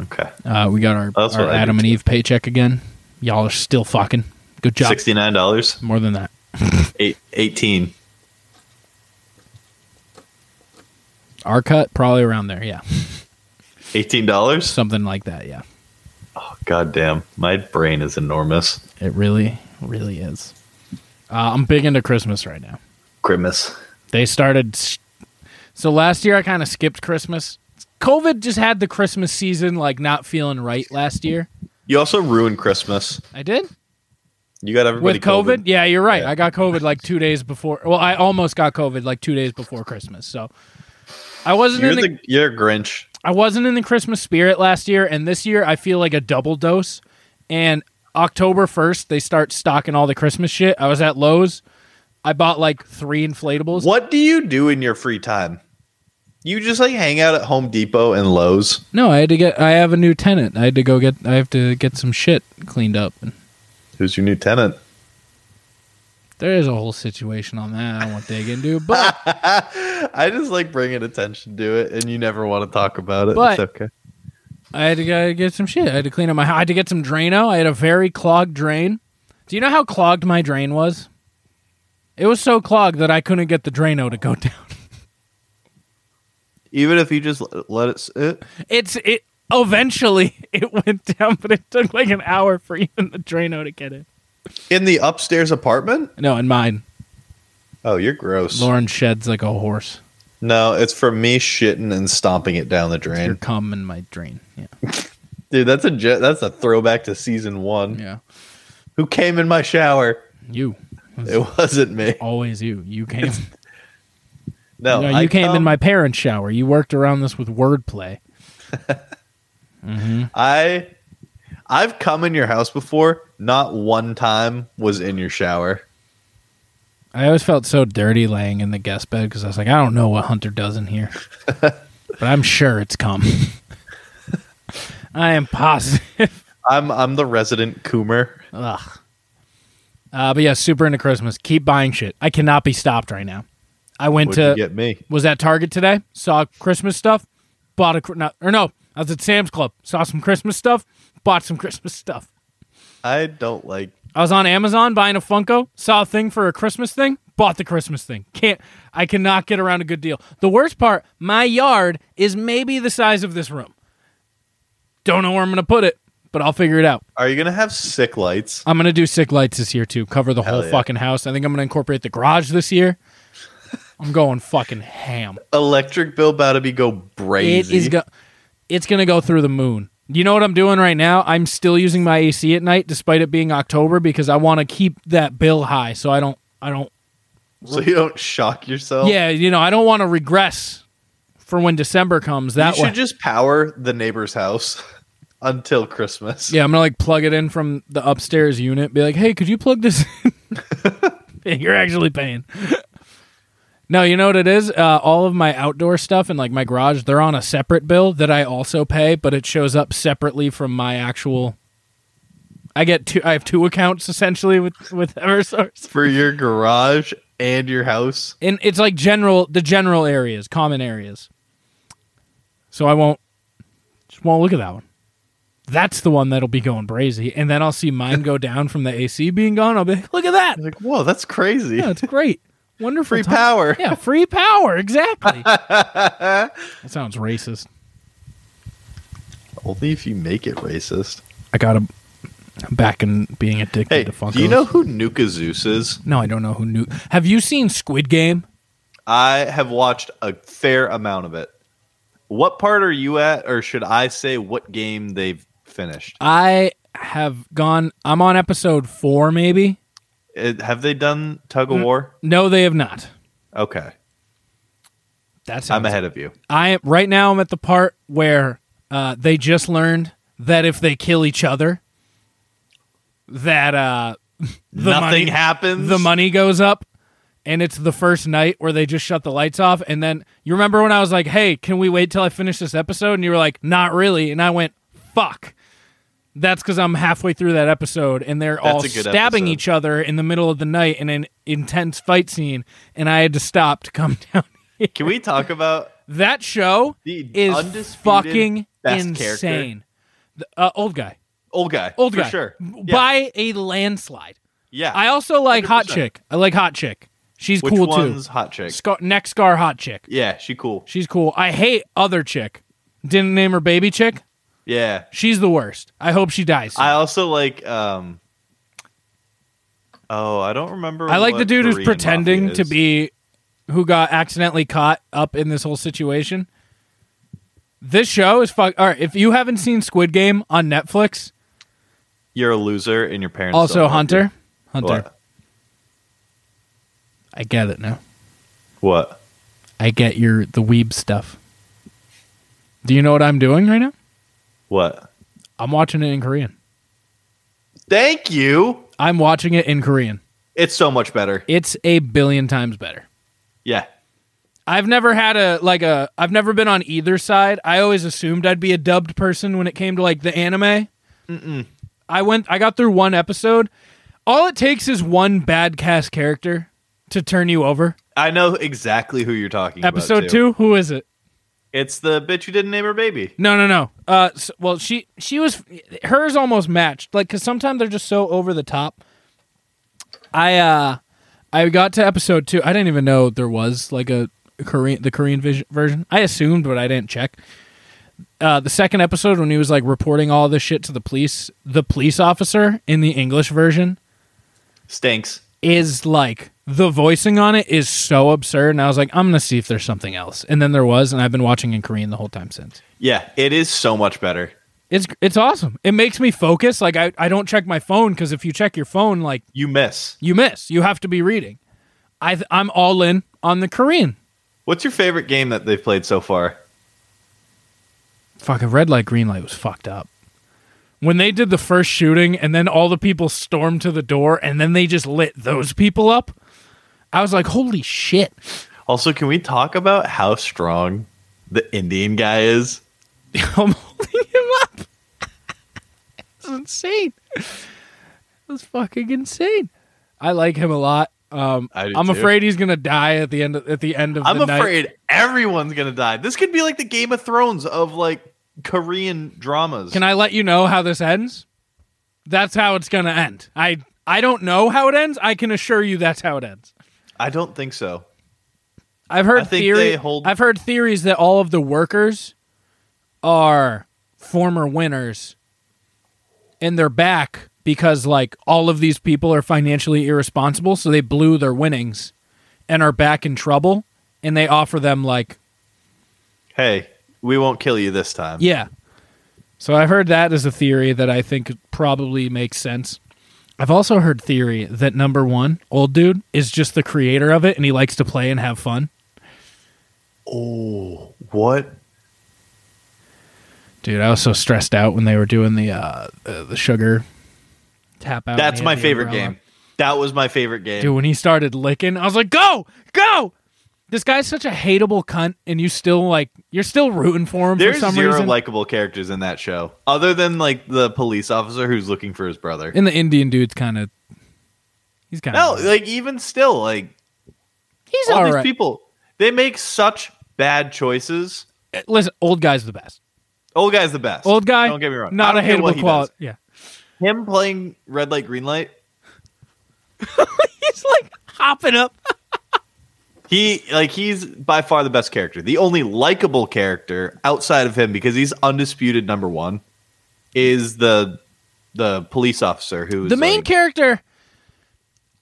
Speaker 1: Okay,
Speaker 2: Uh, we got our,
Speaker 1: That's
Speaker 2: our
Speaker 1: what I
Speaker 2: Adam
Speaker 1: did
Speaker 2: and Eve paycheck again. Y'all are still fucking. Good job.
Speaker 1: sixty nine dollars,
Speaker 2: More than that.
Speaker 1: eight eighteen.
Speaker 2: Our cut, probably around there. Yeah.
Speaker 1: Eighteen dollars?
Speaker 2: Something like that. Yeah.
Speaker 1: God damn, my brain is enormous.
Speaker 2: It really, really is. Uh, I'm big into Christmas right now.
Speaker 1: Grimace.
Speaker 2: They started. s- So last year I kind of skipped Christmas. COVID just had the Christmas season like not feeling right last year.
Speaker 1: You also ruined Christmas.
Speaker 2: I did
Speaker 1: You got everybody
Speaker 2: with COVID? Yeah, you're right.
Speaker 1: Yeah.
Speaker 2: I got COVID like two days before. Well, I almost got COVID like two days before Christmas. So I wasn't
Speaker 1: You're
Speaker 2: in the,
Speaker 1: the you're a Grinch.
Speaker 2: I wasn't in the Christmas spirit last year, and this year I feel like a double dose. And October first, they start stocking all the Christmas shit. I was at Lowe's. I bought like three inflatables.
Speaker 1: What do you do in your free time? You just like hang out at Home Depot and Lowe's.
Speaker 2: No, I had to get. I have a new tenant. I had to go get. I have to get some shit cleaned up. And
Speaker 1: Who's your new tenant?
Speaker 2: there is a whole situation on that. I won't dig into, but
Speaker 1: I just like bringing attention to it, and you never want to talk about it.
Speaker 2: But-
Speaker 1: it's okay.
Speaker 2: I had to go get some shit. I had to clean up my. I had to get some Drano. I had a very clogged drain. Do you know how clogged my drain was? It was so clogged that I couldn't get the Drano to go down.
Speaker 1: Even if you just l- let it eh, sit,
Speaker 2: It's it. Eventually, it went down, but it took like an hour for even the Drano to get in.
Speaker 1: in the upstairs apartment.
Speaker 2: No, in mine,
Speaker 1: Oh, you're gross.
Speaker 2: Lauren sheds like a horse.
Speaker 1: No, it's for me shitting and stomping it down the
Speaker 2: Your
Speaker 1: drain,
Speaker 2: cum in my drain. Yeah,
Speaker 1: dude. That's a ge- that's a throwback to season one.
Speaker 2: yeah.
Speaker 1: Who came in my shower?
Speaker 2: You.
Speaker 1: It wasn't me.
Speaker 2: always you. You came.
Speaker 1: No,
Speaker 2: no, Oh, you
Speaker 1: I
Speaker 2: came in
Speaker 1: come-
Speaker 2: my parents' shower. You worked around this with wordplay.
Speaker 1: I I've come in your house before. Not one time was in your shower.
Speaker 2: I always felt so dirty laying in the guest bed because I was like, I don't know what Hunter does in here, but I'm sure it's come. I am positive.
Speaker 1: I'm I'm the resident coomer.
Speaker 2: Ugh. Uh, but yeah, super into Christmas. Keep buying shit. I cannot be stopped right now. I went
Speaker 1: What'd you
Speaker 2: to
Speaker 1: get me?
Speaker 2: was at Target today. Saw Christmas stuff. Bought a cr- not, or no, I was at Sam's Club. Saw some Christmas stuff. Bought some Christmas stuff.
Speaker 1: I don't like
Speaker 2: I was on Amazon buying a Funko, saw a thing for a Christmas thing, bought the Christmas thing. Can't I cannot get around a good deal. The worst part, my yard is maybe the size of this room. Don't know where I'm gonna put it, but I'll figure it out.
Speaker 1: Are you gonna have sick lights?
Speaker 2: I'm gonna do sick lights this year too. Cover the
Speaker 1: Hell
Speaker 2: whole
Speaker 1: yeah.
Speaker 2: fucking house. I think I'm gonna incorporate the garage this year. I'm going fucking ham.
Speaker 1: Electric bill about to be go
Speaker 2: It
Speaker 1: brazy.
Speaker 2: is go- it's gonna go through the moon. You know what I'm doing right now? I'm still using my AC at night despite it being October because I want to keep that bill high so I don't I don't
Speaker 1: so you don't shock yourself.
Speaker 2: Yeah, you know, I don't want to regress for when December comes.
Speaker 1: You
Speaker 2: That
Speaker 1: should
Speaker 2: way,
Speaker 1: just power the neighbor's house until Christmas.
Speaker 2: yeah, I'm gonna like plug it in from the upstairs unit. Be like, hey, could you plug this? in? You're actually paying. No, you know what it is? Uh, all of my outdoor stuff and like my garage, they're on a separate bill that I also pay, but it shows up separately from my actual. I get two. I have two accounts essentially with with Eversource,
Speaker 1: for your garage and your house.
Speaker 2: and it's like general the general areas, common areas. So I won't just won't look at that one. That's the one that'll be going brazy, and then I'll see mine go down from the AC being gone. I'll be like, look at that.
Speaker 1: Like, whoa, that's crazy.
Speaker 2: Yeah, it's great. Wonderful.
Speaker 1: Free
Speaker 2: time.
Speaker 1: power.
Speaker 2: Yeah, free power. Exactly. that sounds racist.
Speaker 1: Only if you make it racist.
Speaker 2: I got him back in being addicted
Speaker 1: Hey,
Speaker 2: to Funkos.
Speaker 1: do you know who Nuka Zeus is?
Speaker 2: No, I don't know who knew. Have you seen Squid Game?
Speaker 1: I have watched a fair amount of it. What part are you at, or should I say what game they've finished?
Speaker 2: I have gone. I'm on episode four, maybe.
Speaker 1: Uh, have they done tug
Speaker 2: Mm.
Speaker 1: of war?
Speaker 2: No, they have not.
Speaker 1: Okay,
Speaker 2: That's
Speaker 1: I'm ahead of you.
Speaker 2: I am right now. I'm at the part where uh, they just learned that if they kill each other, that uh, the
Speaker 1: Nothing
Speaker 2: money-
Speaker 1: happens.
Speaker 2: the money goes up and it's the first night where they just shut the lights off and then you remember when i was like hey can we wait till i finish this episode and you were like not really and i went fuck that's because i'm halfway through that episode and they're all
Speaker 1: That's a good
Speaker 2: stabbing
Speaker 1: episode.
Speaker 2: each other in the middle of the night in an intense fight scene and i had to stop to come down
Speaker 1: Can we talk about
Speaker 2: that show
Speaker 1: The
Speaker 2: is
Speaker 1: undisputed
Speaker 2: fucking
Speaker 1: best
Speaker 2: insane
Speaker 1: character.
Speaker 2: The- uh, old guy
Speaker 1: old guy?
Speaker 2: old
Speaker 1: for
Speaker 2: guy
Speaker 1: sure. Yeah,
Speaker 2: by a landslide
Speaker 1: yeah.
Speaker 2: I also like Hot
Speaker 1: 100%.
Speaker 2: Chick. I like Hot Chick. She's
Speaker 1: Which
Speaker 2: cool
Speaker 1: one's
Speaker 2: too.
Speaker 1: hot chick?
Speaker 2: Scar, neck scar Hot Chick.
Speaker 1: yeah, she cool.
Speaker 2: She's cool. I hate other chick. Didn't name her baby chick.
Speaker 1: Yeah,
Speaker 2: She's the worst. I hope she dies.
Speaker 1: I
Speaker 2: I,
Speaker 1: also like. um Oh, I don't remember.
Speaker 2: like the
Speaker 1: what
Speaker 2: dude who's
Speaker 1: Korean mafia
Speaker 2: pretending to
Speaker 1: is.
Speaker 2: be who got accidentally caught up in this whole situation. This show is fuck. All right, if you haven't seen Squid Game on Netflix,
Speaker 1: You're a loser, and your parents. don't
Speaker 2: also
Speaker 1: love
Speaker 2: Hunter,
Speaker 1: you.
Speaker 2: Hunter,
Speaker 1: What?
Speaker 2: I get it now.
Speaker 1: What?
Speaker 2: I get your the weeb stuff. Do you know what I'm doing right now?
Speaker 1: What?
Speaker 2: I'm watching it in Korean.
Speaker 1: Thank you.
Speaker 2: I'm watching it in Korean.
Speaker 1: It's so much better.
Speaker 2: It's a billion times better.
Speaker 1: Yeah.
Speaker 2: I've never had a like a I've never been on either side. I always assumed I'd be a dubbed person when it came to like the anime. Mm-mm. I went I got through one episode. All it takes is one bad cast character to turn you over.
Speaker 1: I know exactly who you're talking about.
Speaker 2: Episode
Speaker 1: too.
Speaker 2: 2, who is it?
Speaker 1: It's the bitch who didn't name her baby.
Speaker 2: No, no, no. Uh s well, she she was hers almost matched like cuz sometimes they're just so over the top. I uh I got to episode 2. I didn't even know there was like a Korean the Korean vis- version. I assumed but I didn't check. Uh, the second episode when he was like reporting all this shit to the police, the police officer in the English version
Speaker 1: Stinks.
Speaker 2: is like the voicing on it is so absurd and I was like I'm going to see if there's something else. And then there was and I've been watching in Korean the whole time since.
Speaker 1: Yeah, it is so much better.
Speaker 2: It's it's awesome. It makes me focus. Like I, I don't check my phone because if you check your phone, like
Speaker 1: You miss.
Speaker 2: you miss. You have to be reading. I th- I'm all in on the Korean.
Speaker 1: What's your favorite game that they've played so far?
Speaker 2: Fucking red light, green light was fucked up. When they did the first shooting and then all the people stormed to the door and then they just lit those people up, I was like, holy shit.
Speaker 1: Also, can we talk about how strong the Indian guy is?
Speaker 2: I'm holding him up. it's insane. It's fucking insane. I like him a lot. Um,
Speaker 1: I do
Speaker 2: I'm
Speaker 1: too.
Speaker 2: afraid he's gonna die at the end. Of, at the end of
Speaker 1: I'm
Speaker 2: the night.
Speaker 1: afraid everyone's gonna die. This could be like the Game of Thrones of like Korean dramas.
Speaker 2: Can I let you know how this ends? That's how it's gonna end. I I don't know how it ends. I can assure you that's how it ends.
Speaker 1: I don't think so.
Speaker 2: I've heard
Speaker 1: I think
Speaker 2: theory.
Speaker 1: they hold-
Speaker 2: I've heard theories that all of the workers are former winners, and they're back because like all of these people are financially irresponsible, so they blew their winnings, and are back in trouble, and they offer them like
Speaker 1: Hey, we won't kill you this time.
Speaker 2: yeah. So I've heard that as a theory that I think probably makes sense. I've also heard theory that number one, old dude, is just the creator of it and he likes to play and have fun.
Speaker 1: What?
Speaker 2: Dude, I was so stressed out when they were doing the uh, uh the sugar tap out.
Speaker 1: That's
Speaker 2: and
Speaker 1: my
Speaker 2: Oh, the
Speaker 1: favorite
Speaker 2: umbrella.
Speaker 1: game. That was my favorite game.
Speaker 2: Dude, when he started licking, I was like, "Go, go!" This guy's such a hateable cunt, and you still like you're still rooting for him
Speaker 1: There's
Speaker 2: for some
Speaker 1: zero
Speaker 2: reason.
Speaker 1: likable characters in that show, other than like the police officer who's looking for his brother.
Speaker 2: and the Indian dude's kind of he's kind
Speaker 1: No,
Speaker 2: of
Speaker 1: like even still, like
Speaker 2: he's
Speaker 1: all
Speaker 2: all
Speaker 1: these
Speaker 2: right.
Speaker 1: people, they make such bad choices.
Speaker 2: Listen, old guy's the best.
Speaker 1: Old guy's the best.
Speaker 2: Old guy,
Speaker 1: Don't get me wrong.
Speaker 2: not
Speaker 1: I
Speaker 2: a
Speaker 1: don't care what
Speaker 2: hateable
Speaker 1: he
Speaker 2: quality. Yeah,
Speaker 1: does. Him playing red light, green light.
Speaker 2: he's like hopping up.
Speaker 1: He like he's by far the best character. The only likable character outside of him because he's undisputed number one is the the police officer who is
Speaker 2: The main
Speaker 1: like-
Speaker 2: character,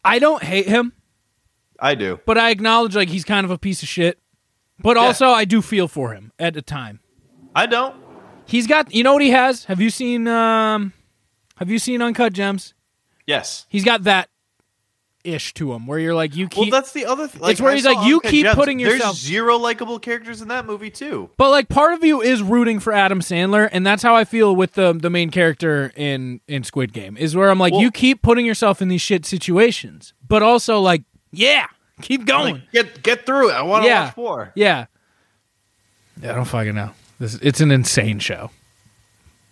Speaker 2: I don't hate him,
Speaker 1: I do.
Speaker 2: but I acknowledge like he's kind of a piece of shit. But also, I do feel for him at the time.
Speaker 1: I don't.
Speaker 2: He's got you know what he has. Have you seen um, have you seen Uncut Gems?
Speaker 1: Yes.
Speaker 2: He's got that ish to him where you're like you
Speaker 1: Well,
Speaker 2: keep,
Speaker 1: that's the other. Th- like,
Speaker 2: where
Speaker 1: I
Speaker 2: he's
Speaker 1: saw
Speaker 2: like, you
Speaker 1: Uncut
Speaker 2: keep
Speaker 1: Gems.
Speaker 2: putting yourself-
Speaker 1: There's zero likable characters in that movie too.
Speaker 2: but like part of you is rooting for Adam Sandler, and that's how I feel with the the main character in in Squid Game is where I'm like
Speaker 1: Well-
Speaker 2: you keep putting yourself in these shit situations, but also like yeah, keep going.
Speaker 1: Like, get get through it. I want to
Speaker 2: Yeah.
Speaker 1: watch more.
Speaker 2: Yeah. Yeah, I don't fucking know. This it's an insane show.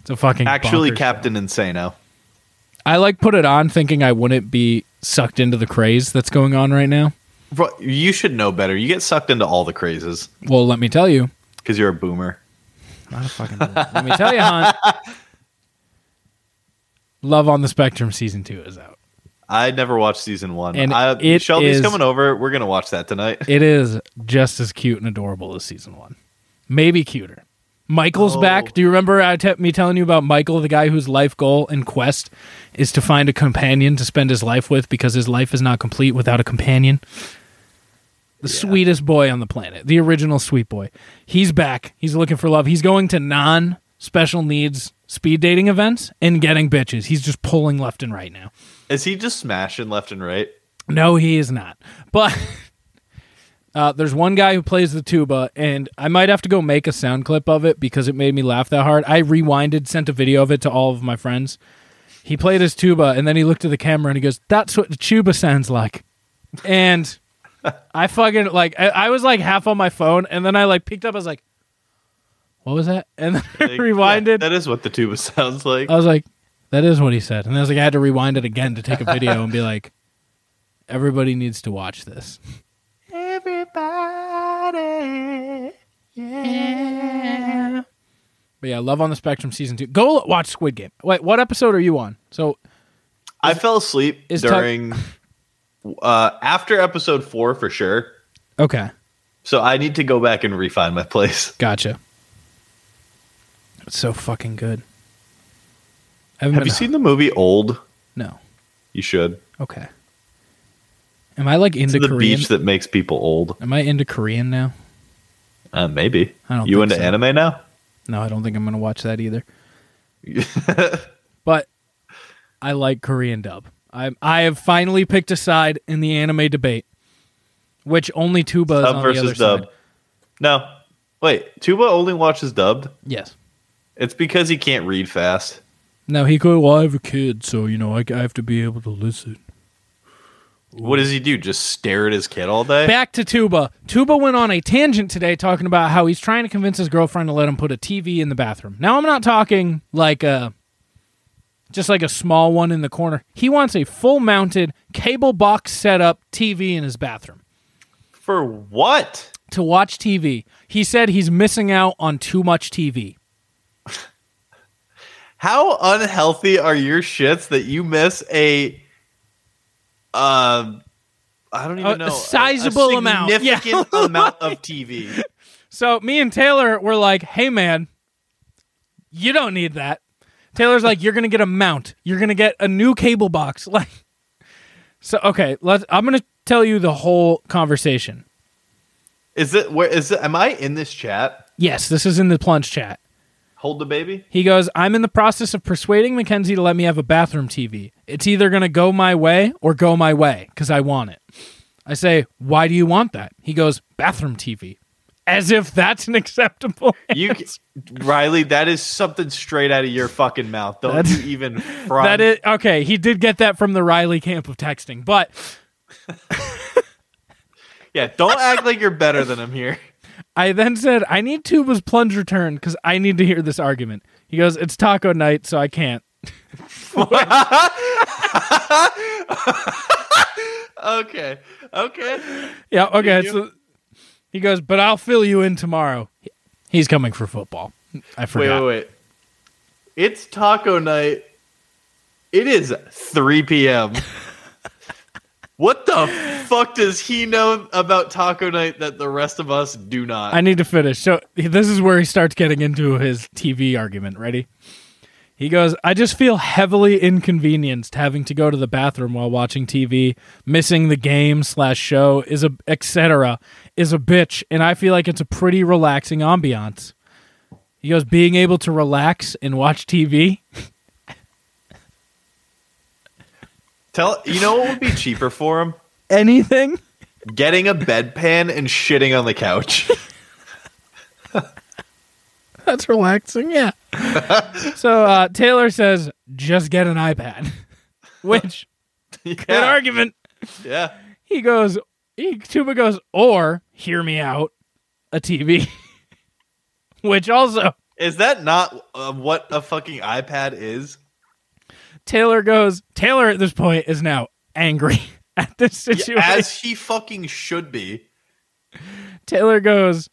Speaker 2: It's a fucking
Speaker 1: Actually,
Speaker 2: bonkers
Speaker 1: Captain Insano.
Speaker 2: show. I like put it on thinking I wouldn't be sucked into the craze that's going on right now.
Speaker 1: Bro, you should know better. You get sucked into all the crazes
Speaker 2: Well, let me tell you.
Speaker 1: because you're a boomer.
Speaker 2: Not a fucking let me tell you, Hunt. Love on the Spectrum season two is out.
Speaker 1: I never watched season one.
Speaker 2: And
Speaker 1: I,
Speaker 2: it
Speaker 1: Shelby's
Speaker 2: is-
Speaker 1: coming over. We're gonna watch that tonight.
Speaker 2: It is just as cute and adorable as season one. Maybe cuter. Michael's
Speaker 1: Oh.
Speaker 2: back. Do you remember I te- me telling you about Michael, the guy whose life goal and quest is to find a companion to spend his life with because his life is not complete without a companion? The sweetest boy on the planet, the original sweet boy. He's back. He's looking for love. He's going to non special needs speed dating events and getting bitches. He's just pulling left and right now.
Speaker 1: Is he just smashing left and right?
Speaker 2: No, he is not. But uh, there's one guy who plays the tuba, and I might have to go make a sound clip of it because it made me laugh that hard. I rewinded, sent a video of it to all of my friends. He played his tuba, and then he looked at the camera and he goes, "That's what the tuba sounds like." And I fucking like, I, I was like half on my phone, and then I like picked up. I was like, "What was that?" And then I
Speaker 1: Like, yeah,
Speaker 2: rewinded. Uh,
Speaker 1: that is what the tuba sounds like.
Speaker 2: I was like, that is what he said. And I was like, I had to rewind it again to take a video and be like, everybody needs to watch this. Everybody. Yeah. But yeah, Love on the Spectrum season two. Go l- watch Squid Game. Wait, what episode are you on? So
Speaker 1: I fell asleep
Speaker 2: is Tuck-
Speaker 1: during uh, after episode four for sure.
Speaker 2: okay,
Speaker 1: So I need to go back and refine my place.
Speaker 2: gotcha. It's so fucking good. I haven't
Speaker 1: Have
Speaker 2: been-
Speaker 1: you seen the movie Old?
Speaker 2: No.
Speaker 1: You should.
Speaker 2: Okay. Am I like into
Speaker 1: the
Speaker 2: Korean?
Speaker 1: beach that makes people old.
Speaker 2: Am I into Korean now?
Speaker 1: Uh, maybe.
Speaker 2: I don't
Speaker 1: you
Speaker 2: think
Speaker 1: into
Speaker 2: so.
Speaker 1: anime now?
Speaker 2: No, I don't think I'm going to watch that either. but I like Korean dub. I I have finally picked a side in the anime debate, which only Tuba is
Speaker 1: Dub
Speaker 2: on the other
Speaker 1: versus dub.
Speaker 2: side.
Speaker 1: No. Wait, Tuba only watches dubbed.
Speaker 2: Yes.
Speaker 1: It's because he can't read fast.
Speaker 2: No, he could. Well, I have a kid, so you know I, I have to be able to listen.
Speaker 1: What does he do? Just stare at his kid all day?
Speaker 2: Back to Tuba. Tuba went on a tangent today talking about how he's trying to convince his girlfriend to let him put a TV in the bathroom. Now I'm not talking like a just like a small one in the corner. He wants a full mounted cable box setup TV in his bathroom.
Speaker 1: For what?
Speaker 2: to watch TV. He said he's missing out on too much TV.
Speaker 1: How unhealthy are your shits that you miss a um I don't even
Speaker 2: A- a
Speaker 1: know
Speaker 2: sizable amount. Yeah.
Speaker 1: significant amount of TV.
Speaker 2: So me and Taylor were like, "Hey man, you don't need that." Taylor's like, "You're going to get a mount. You're going to get a new cable box." Like So okay, let's I'm going to tell you the whole conversation.
Speaker 1: Is it where is it am I in this chat?
Speaker 2: Yes, this is in the plunge chat.
Speaker 1: Hold the baby?
Speaker 2: He goes, I'm in the process of persuading Mackenzie to let me have a bathroom TV. It's either going to go my way or go my way because I want it. I say, Why do you want that? He goes, Bathroom TV. As if that's an acceptable.
Speaker 1: You Riley, that is something straight out of your fucking mouth. Don't
Speaker 2: That's-
Speaker 1: you even front.
Speaker 2: That is okay. He did get that from the Riley camp of texting, but
Speaker 1: Yeah, don't act like you're better than him here.
Speaker 2: I then said, I need Tuba's plunge returned because I need to hear this argument. He goes, It's taco night, so I can't.
Speaker 1: Okay. Okay.
Speaker 2: Yeah, okay. So he goes, But I'll fill you in tomorrow. He's coming for football. I
Speaker 1: Wait,
Speaker 2: forgot.
Speaker 1: wait, wait. It's taco night. It is 3 p.m. what the fuck does he know about taco night that the rest of us do not?
Speaker 2: I need to finish. So this is where he starts getting into his TV argument. Ready? He goes, I just feel heavily inconvenienced having to go to the bathroom while watching TV, missing the game slash show is a etc. is a bitch, and I feel like it's a pretty relaxing ambiance. He goes, being able to relax and watch TV.
Speaker 1: Tell you know what would be cheaper for him?
Speaker 2: Anything?
Speaker 1: Getting a bedpan and shitting on the couch.
Speaker 2: That's relaxing, yeah. so uh, Taylor says, just get an iPad. Which good
Speaker 1: yeah,
Speaker 2: argument.
Speaker 1: yeah.
Speaker 2: He goes, he, Tuba goes, or hear me out, a TV. Which also,
Speaker 1: Is that not uh, what a fucking iPad is?
Speaker 2: Taylor goes, Taylor at this point is now angry at this situation.
Speaker 1: As he fucking should be.
Speaker 2: Taylor goes,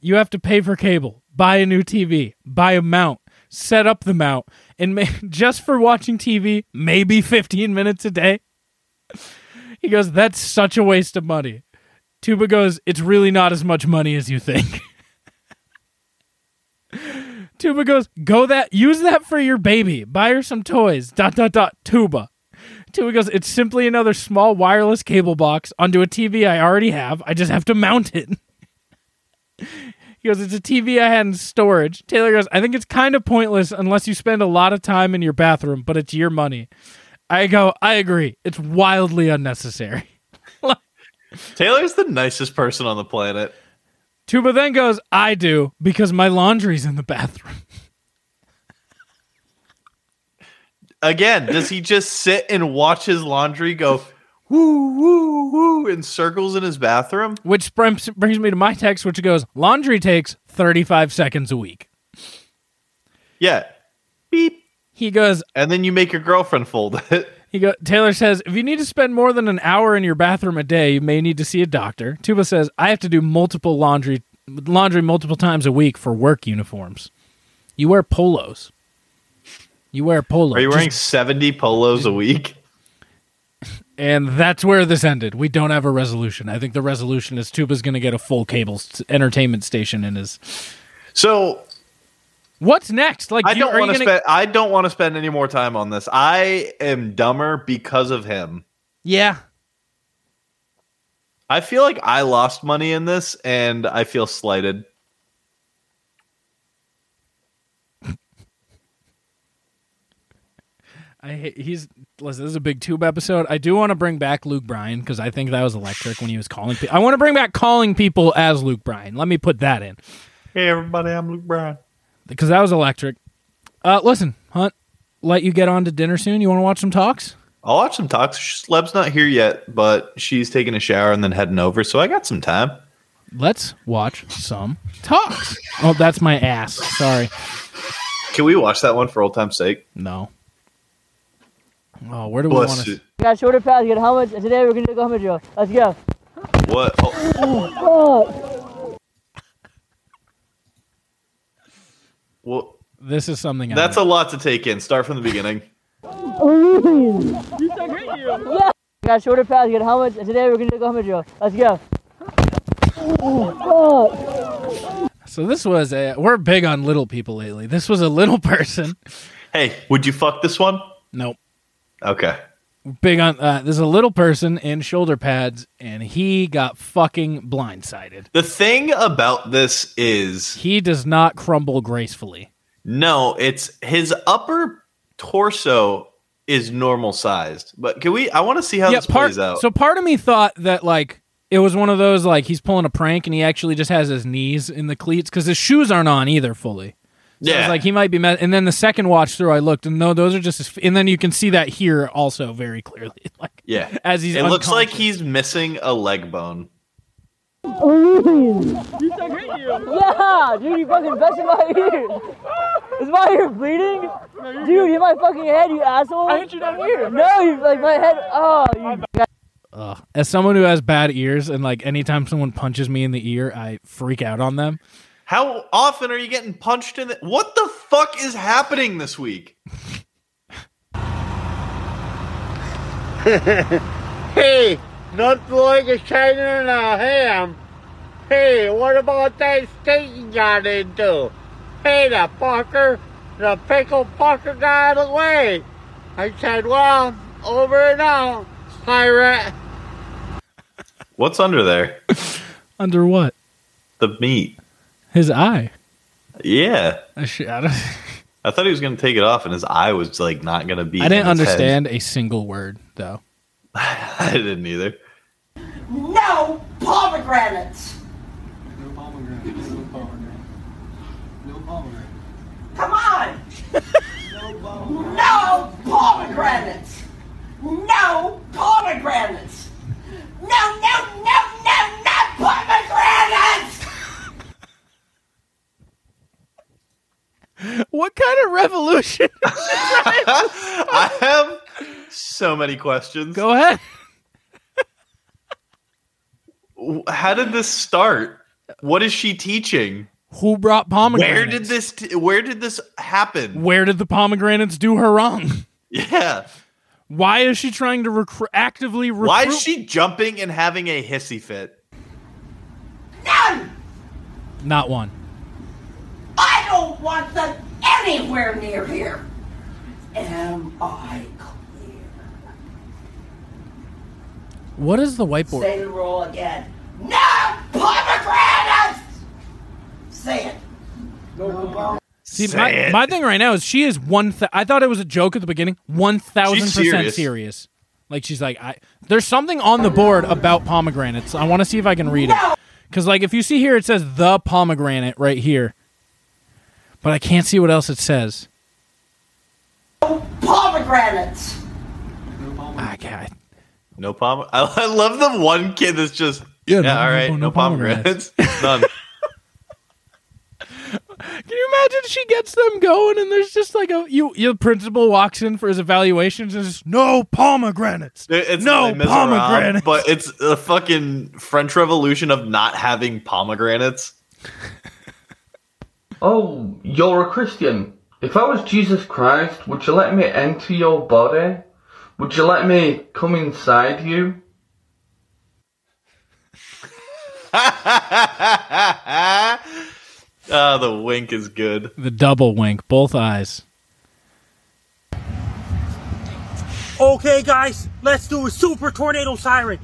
Speaker 2: you have to pay for cable, buy a new TV, buy a mount, set up the mount, and ma- just for watching TV, maybe 15 minutes a day. He goes, that's such a waste of money. Tuba goes, it's really not as much money as you think. Tuba goes, go that, use that for your baby. Buy her some toys. Dot, dot, dot. Tuba. Tuba goes, it's simply another small wireless cable box onto a TV I already have. I just have to mount it. He goes, it's a TV I had in storage. Taylor goes, I think it's kind of pointless unless you spend a lot of time in your bathroom, but it's your money. I go, I agree. It's wildly unnecessary.
Speaker 1: Taylor's the nicest person on the planet.
Speaker 2: Tuba then goes, I do because my laundry's in the bathroom.
Speaker 1: Again, does he just sit and watch his laundry go woo woo woo in circles in his bathroom?
Speaker 2: Which brings brings me to my text, which goes, laundry takes 35 seconds a week.
Speaker 1: Yeah. Beep.
Speaker 2: He goes,
Speaker 1: And then you make your girlfriend fold it.
Speaker 2: He go, Taylor says, if you need to spend more than an hour in your bathroom a day, you may need to see a doctor. Tuba says, I have to do multiple laundry laundry multiple times a week for work uniforms. You wear polos. You wear polos.
Speaker 1: Are you wearing
Speaker 2: Just-
Speaker 1: 70 polos a week?
Speaker 2: and that's where this ended. We don't have a resolution. I think the resolution is Tuba's going to get a full cable s entertainment station in his.
Speaker 1: So
Speaker 2: What's next? Like
Speaker 1: I
Speaker 2: do you-
Speaker 1: don't
Speaker 2: are you
Speaker 1: want to
Speaker 2: gonna-
Speaker 1: spend I don't want to spend any more time on this. I am dumber because of him.
Speaker 2: Yeah,
Speaker 1: I feel like I lost money in this and I feel slighted.
Speaker 2: I hate, he's listen. This is a big tube episode. I do want to bring back Luke Bryan because I think that was electric when he was calling. Pe- I want to bring back calling people as Luke Bryan. Let me put that in
Speaker 1: Hey everybody, I'm Luke Bryan.
Speaker 2: because that was electric. Uh, listen, Hunt, let you get on to dinner soon. You want to watch some talks?
Speaker 1: I'll watch some talks. Sleb's not here yet, but she's taking a shower and then heading over, so I got some time.
Speaker 2: Let's watch some talks. oh, that's my ass. Sorry.
Speaker 1: Can we watch that one for old time's sake?
Speaker 2: No. Oh, where do we want
Speaker 1: Bless you.
Speaker 2: to?
Speaker 7: got shorter paths, we got helmets, and today we're gonna do a helmet drill. Let's go.
Speaker 1: What? Oh, well,
Speaker 2: This is something.
Speaker 1: that's
Speaker 2: I
Speaker 1: a lot to take in. Start from the beginning.
Speaker 7: We got shorter paths, we got helmets, and today we're gonna do a helmet drill. Let's go.
Speaker 2: so this was a. We're big on little people lately. This was a little person.
Speaker 1: Hey, would you fuck this one?
Speaker 2: Nope.
Speaker 1: Okay.
Speaker 2: big on uh, there's a little person in shoulder pads and he got fucking blindsided
Speaker 1: The thing about this is
Speaker 2: he does not crumble gracefully
Speaker 1: no, it's his upper torso is normal sized. But can we? I want to see how
Speaker 2: yeah
Speaker 1: this
Speaker 2: part
Speaker 1: plays out.
Speaker 2: so part of me thought that like it was one of those like he's pulling a prank and he actually just has his knees in the cleats because his shoes aren't on either fully so
Speaker 1: yeah,
Speaker 2: it's like he might be mad and then the second watch through i looked and no those are just his f- and then you can see that here also very clearly like
Speaker 1: yeah.
Speaker 2: as he's
Speaker 1: it looks like
Speaker 2: unconscious.
Speaker 1: he's missing a leg bone.
Speaker 7: Yeah, dude, you fucking busted my ear. Is my ear bleeding? dude, hit my fucking head, you asshole. I hit you down here. No, you like my head. Oh, you
Speaker 2: Ugh. As someone who has bad ears, and like anytime someone punches me in the ear, I freak out on them.
Speaker 1: How often are you getting punched in the? What the fuck is happening this week?
Speaker 8: Hey, not like a China and a ham. Hey, what about that steak you got into? Hey, the fucker, the pickle fucker got away. I said, well, over and out, pirate.
Speaker 1: What's under there?
Speaker 2: Under what?
Speaker 1: The meat.
Speaker 2: His eye.
Speaker 1: Yeah,
Speaker 2: I, sh- I, don't-
Speaker 1: I thought he was gonna take it off, and his eye was like not gonna be.
Speaker 2: I didn't
Speaker 1: in his head.
Speaker 2: understand a single word though.
Speaker 1: I didn't either.
Speaker 9: No pomegranates. No pomegranates. No pomegranates. Come on. No pomegranates. No pomegranates. No, no, no, no, no pomegranates.
Speaker 2: What kind of revolution?
Speaker 1: I have so many questions.
Speaker 2: Go ahead.
Speaker 1: How did this start? What is she teaching?
Speaker 2: Who brought pomegranates?
Speaker 1: Where did this? T- where did this happen?
Speaker 2: Where did the pomegranates do her wrong?
Speaker 1: Yeah.
Speaker 2: Why is she trying to recru- actively recruit?
Speaker 1: Why is she jumping and having a hissy fit?
Speaker 9: No,
Speaker 2: not one?
Speaker 9: I don't want them anywhere near here. Am I clear?
Speaker 2: What is the whiteboard?
Speaker 9: Say the rule again. No pomegranates. Say it.
Speaker 2: See,
Speaker 1: Say
Speaker 2: my,
Speaker 1: it.
Speaker 2: my thing right now is she is one. Th- I thought it was a joke at the beginning. One thousand percent
Speaker 1: serious.
Speaker 2: serious. Like she's like, I there's something on the board about pomegranates. I want to see if I can read it. Because like if you see here, it says the pomegranate right here, but I can't see what else it says.
Speaker 9: Pomegranates.
Speaker 2: I can't.
Speaker 1: No pom. I, I love the one kid that's just yeah.
Speaker 2: no-
Speaker 1: all right,
Speaker 2: no
Speaker 1: no,
Speaker 2: pomegranates."
Speaker 1: pomegranates. None.
Speaker 2: Can you imagine? She gets them going, and there's just like a you. Your principal walks in for his evaluations, and just no pomegranates.
Speaker 1: It- It's
Speaker 2: No
Speaker 1: Les Miserables,
Speaker 2: pomegranates.
Speaker 1: but it's the fucking French Revolution of not having pomegranates.
Speaker 10: Oh, you're a Christian. If I was Jesus Christ, would you let me enter your body? Would you let me come inside you?
Speaker 1: ah, the wink is good.
Speaker 2: The double wink, both eyes.
Speaker 11: Okay, guys, let's do a super tornado siren.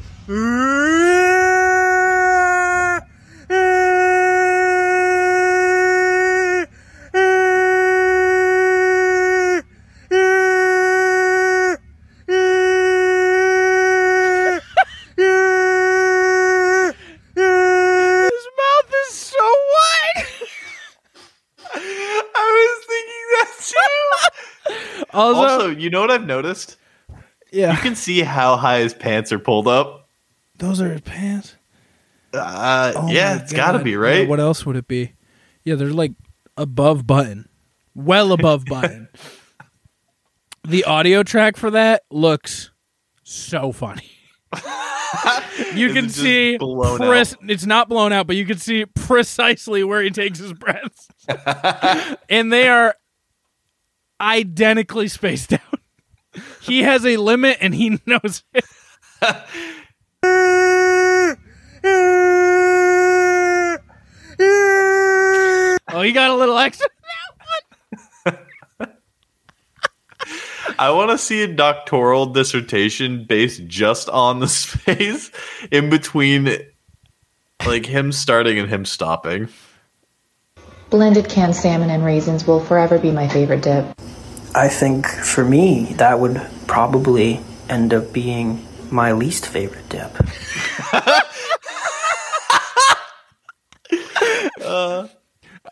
Speaker 2: His mouth is so wide.
Speaker 1: I was thinking that too.
Speaker 2: Also,
Speaker 1: Also, you know what I've noticed?
Speaker 2: yeah,
Speaker 1: You can see how high his pants are pulled up.
Speaker 2: those are his pants.
Speaker 1: Uh,
Speaker 2: Oh
Speaker 1: yeah,
Speaker 2: my
Speaker 1: it's got to
Speaker 2: God.
Speaker 1: be right.
Speaker 2: Yeah, what else would it be? Yeah, they're like above button, well above button. The audio track for that looks so funny. you
Speaker 1: Is
Speaker 2: can
Speaker 1: it just
Speaker 2: see
Speaker 1: blown out?
Speaker 2: pres- it's not blown out, but you can see precisely where he takes his breaths, and they are identically spaced out. He has a limit, and he knows it. Oh, he got a little extra.
Speaker 1: I want to see a doctoral dissertation based just on the space in between, like him starting and him stopping.
Speaker 12: Blended canned salmon and raisins will forever be my favorite dip.
Speaker 11: I think for me, that would probably end up being my least favorite dip.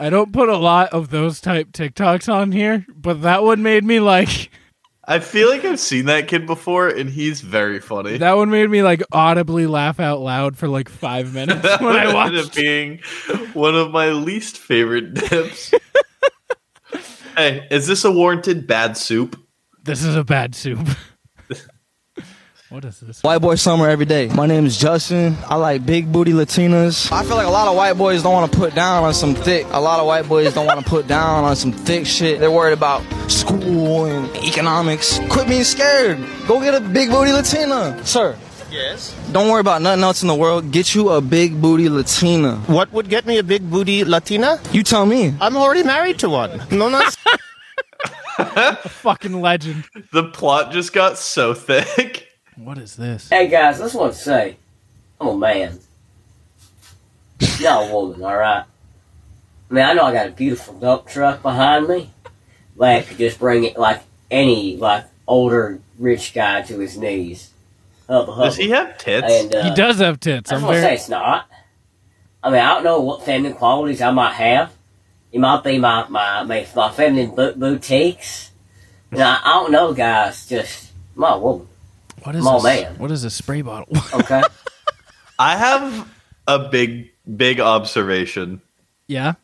Speaker 2: I don't put a lot of those type TikToks on here, but that one made me like
Speaker 1: I feel like I've seen that kid before, and he's very funny.
Speaker 2: That one made me like audibly laugh out loud for like five minutes when I watched.
Speaker 1: ended up being one of my least favorite dips. hey, is this a warranted bad soup?
Speaker 2: This is a bad soup. what is this?
Speaker 13: White boy summer every day. My name is Justin. I like big booty Latinas. I feel like a lot of white boys don't want to put down on some thick. A lot of white boys don't want to put down on some thick shit. They're worried about school and economics. Quit being scared. Go get a big booty Latina, sir.
Speaker 8: Yes.
Speaker 13: Don't worry about nothing else in the world. Get you a big booty Latina.
Speaker 8: What would get me a big booty Latina?
Speaker 13: You tell me.
Speaker 8: I'm already married to one. No, not.
Speaker 2: fucking legend.
Speaker 1: The plot just got so thick.
Speaker 2: What is this?
Speaker 7: Hey guys, I just want to say, I'm a man. Y'all woman, alright? I mean, I know I got a beautiful dump truck behind me. That could just bring it like any like older rich guy to his knees. Hubba, hubba.
Speaker 1: Does he have tits?
Speaker 7: And, uh,
Speaker 2: he does have tits.
Speaker 7: I
Speaker 2: I'm
Speaker 7: just want to say
Speaker 2: very.
Speaker 7: it's not. I mean, I don't know what feminine qualities I might have. It might be my my my, my feminine bo- boutiques. You know, I, I don't know, guys. Just my woman.
Speaker 2: What is
Speaker 7: my
Speaker 2: this?
Speaker 7: man.
Speaker 2: What is this spray bottle?
Speaker 7: Okay.
Speaker 1: I have a big, big observation.
Speaker 2: yeah.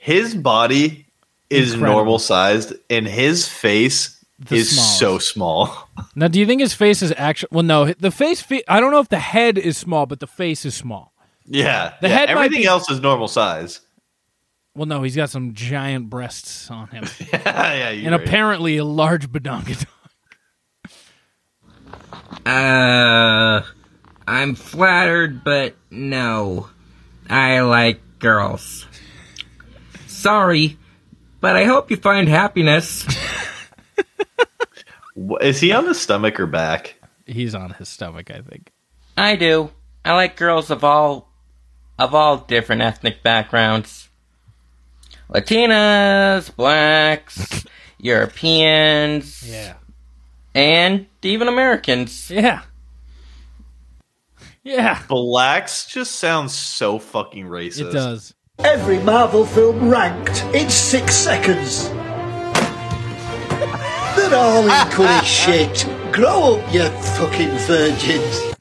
Speaker 1: His body is
Speaker 2: Incredible.
Speaker 1: normal sized, and his face is so small.
Speaker 2: Now, do you think his face is actually? Well, no. The face. Fe- I don't know if the head is small, but the face is small.
Speaker 1: Yeah,
Speaker 2: The
Speaker 1: yeah,
Speaker 2: head might
Speaker 1: Everything
Speaker 2: be-
Speaker 1: else is normal size.
Speaker 2: Well, no, he's got some giant breasts on him,
Speaker 1: yeah, you're
Speaker 2: and
Speaker 1: right.
Speaker 2: apparently a large badonkadonk.
Speaker 14: Uh, I'm flattered, but no. I like girls. Sorry, but I hope you find happiness.
Speaker 1: Wh- Is he on his stomach or back?
Speaker 2: He's on his stomach, I think.
Speaker 14: I do. I like girls of all of all different ethnic backgrounds. Latinas, blacks, Europeans,
Speaker 2: yeah.
Speaker 14: and even Americans.
Speaker 2: Yeah. Yeah.
Speaker 1: Blacks just sounds so fucking racist.
Speaker 2: It does.
Speaker 9: Every Marvel film ranked in six seconds. They're all equally shit. Grow up, you fucking virgins.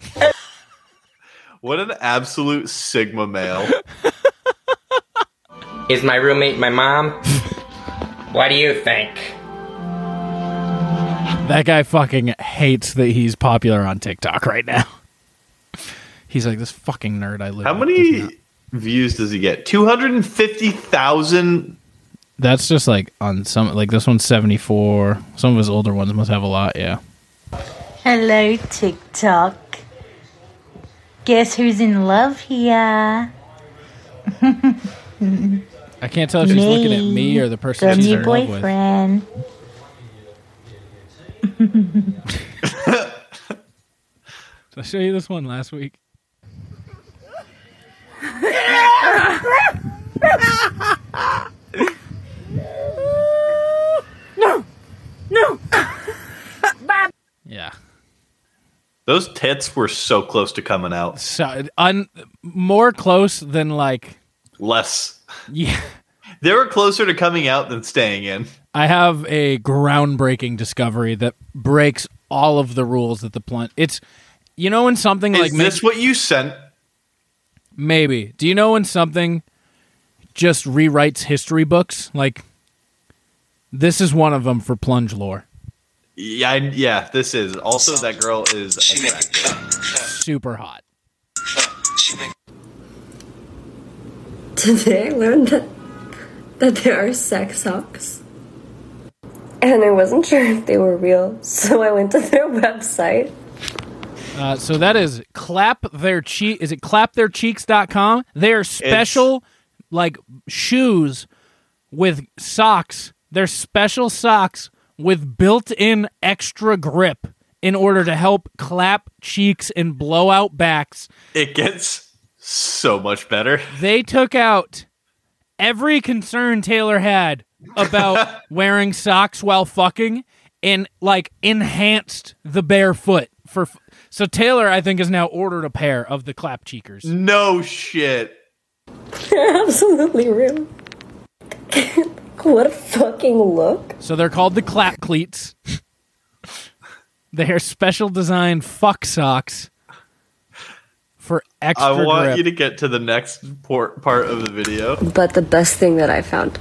Speaker 1: What an absolute sigma male.
Speaker 14: Is my roommate my mom? what do you think?
Speaker 2: That guy fucking hates that he's popular on TikTok right now. He's like this fucking nerd I live.
Speaker 1: How
Speaker 2: with
Speaker 1: many
Speaker 2: does not-"
Speaker 1: views does he get? 250,000
Speaker 2: That's just like on some like this one's seventy four. Some of his older ones must have a lot. Yeah.
Speaker 15: Hello, TikTok. Guess who's in love here?
Speaker 2: I can't tell if she's looking at me or the person
Speaker 15: from
Speaker 2: she's
Speaker 15: your
Speaker 2: in love with.
Speaker 15: boyfriend.
Speaker 2: Did I show you this one last week?
Speaker 16: No! No! Bob!
Speaker 2: Yeah.
Speaker 1: Those tits were so close to coming out.
Speaker 2: So un more close than like
Speaker 1: Less.
Speaker 2: Yeah.
Speaker 1: They were closer to coming out than staying in.
Speaker 2: I have a groundbreaking discovery that breaks all of the rules that the blunt. It's you know when something
Speaker 1: Is
Speaker 2: like
Speaker 1: this what you sent?
Speaker 2: Maybe. Do you know when something just rewrites history books? Like this is one of them for plunge lore.
Speaker 1: Yeah, I- yeah, this is. Also, that girl is attractive.
Speaker 2: Super hot.
Speaker 17: Today I learned that, that there are sex socks. And I wasn't sure if they were real, so I went to their website.
Speaker 2: Uh, so that is clap their cheek. Is it claptheircheeks.com? They are special, like shoes with socks. They're special socks with built-in extra grip in order to help clap cheeks and blow out backs.
Speaker 1: It gets so much better.
Speaker 2: They took out every concern Taylor had about wearing socks while fucking and like enhanced the barefoot for f- so Taylor I think has now ordered a pair of the clap cheekers.
Speaker 1: No shit.
Speaker 17: They're absolutely real. what a fucking look.
Speaker 2: So they're called the clap cleats. They are special designed fuck socks for extra
Speaker 1: I want
Speaker 2: grip.
Speaker 1: you to get to the next port part of the video.
Speaker 18: But the best thing that I found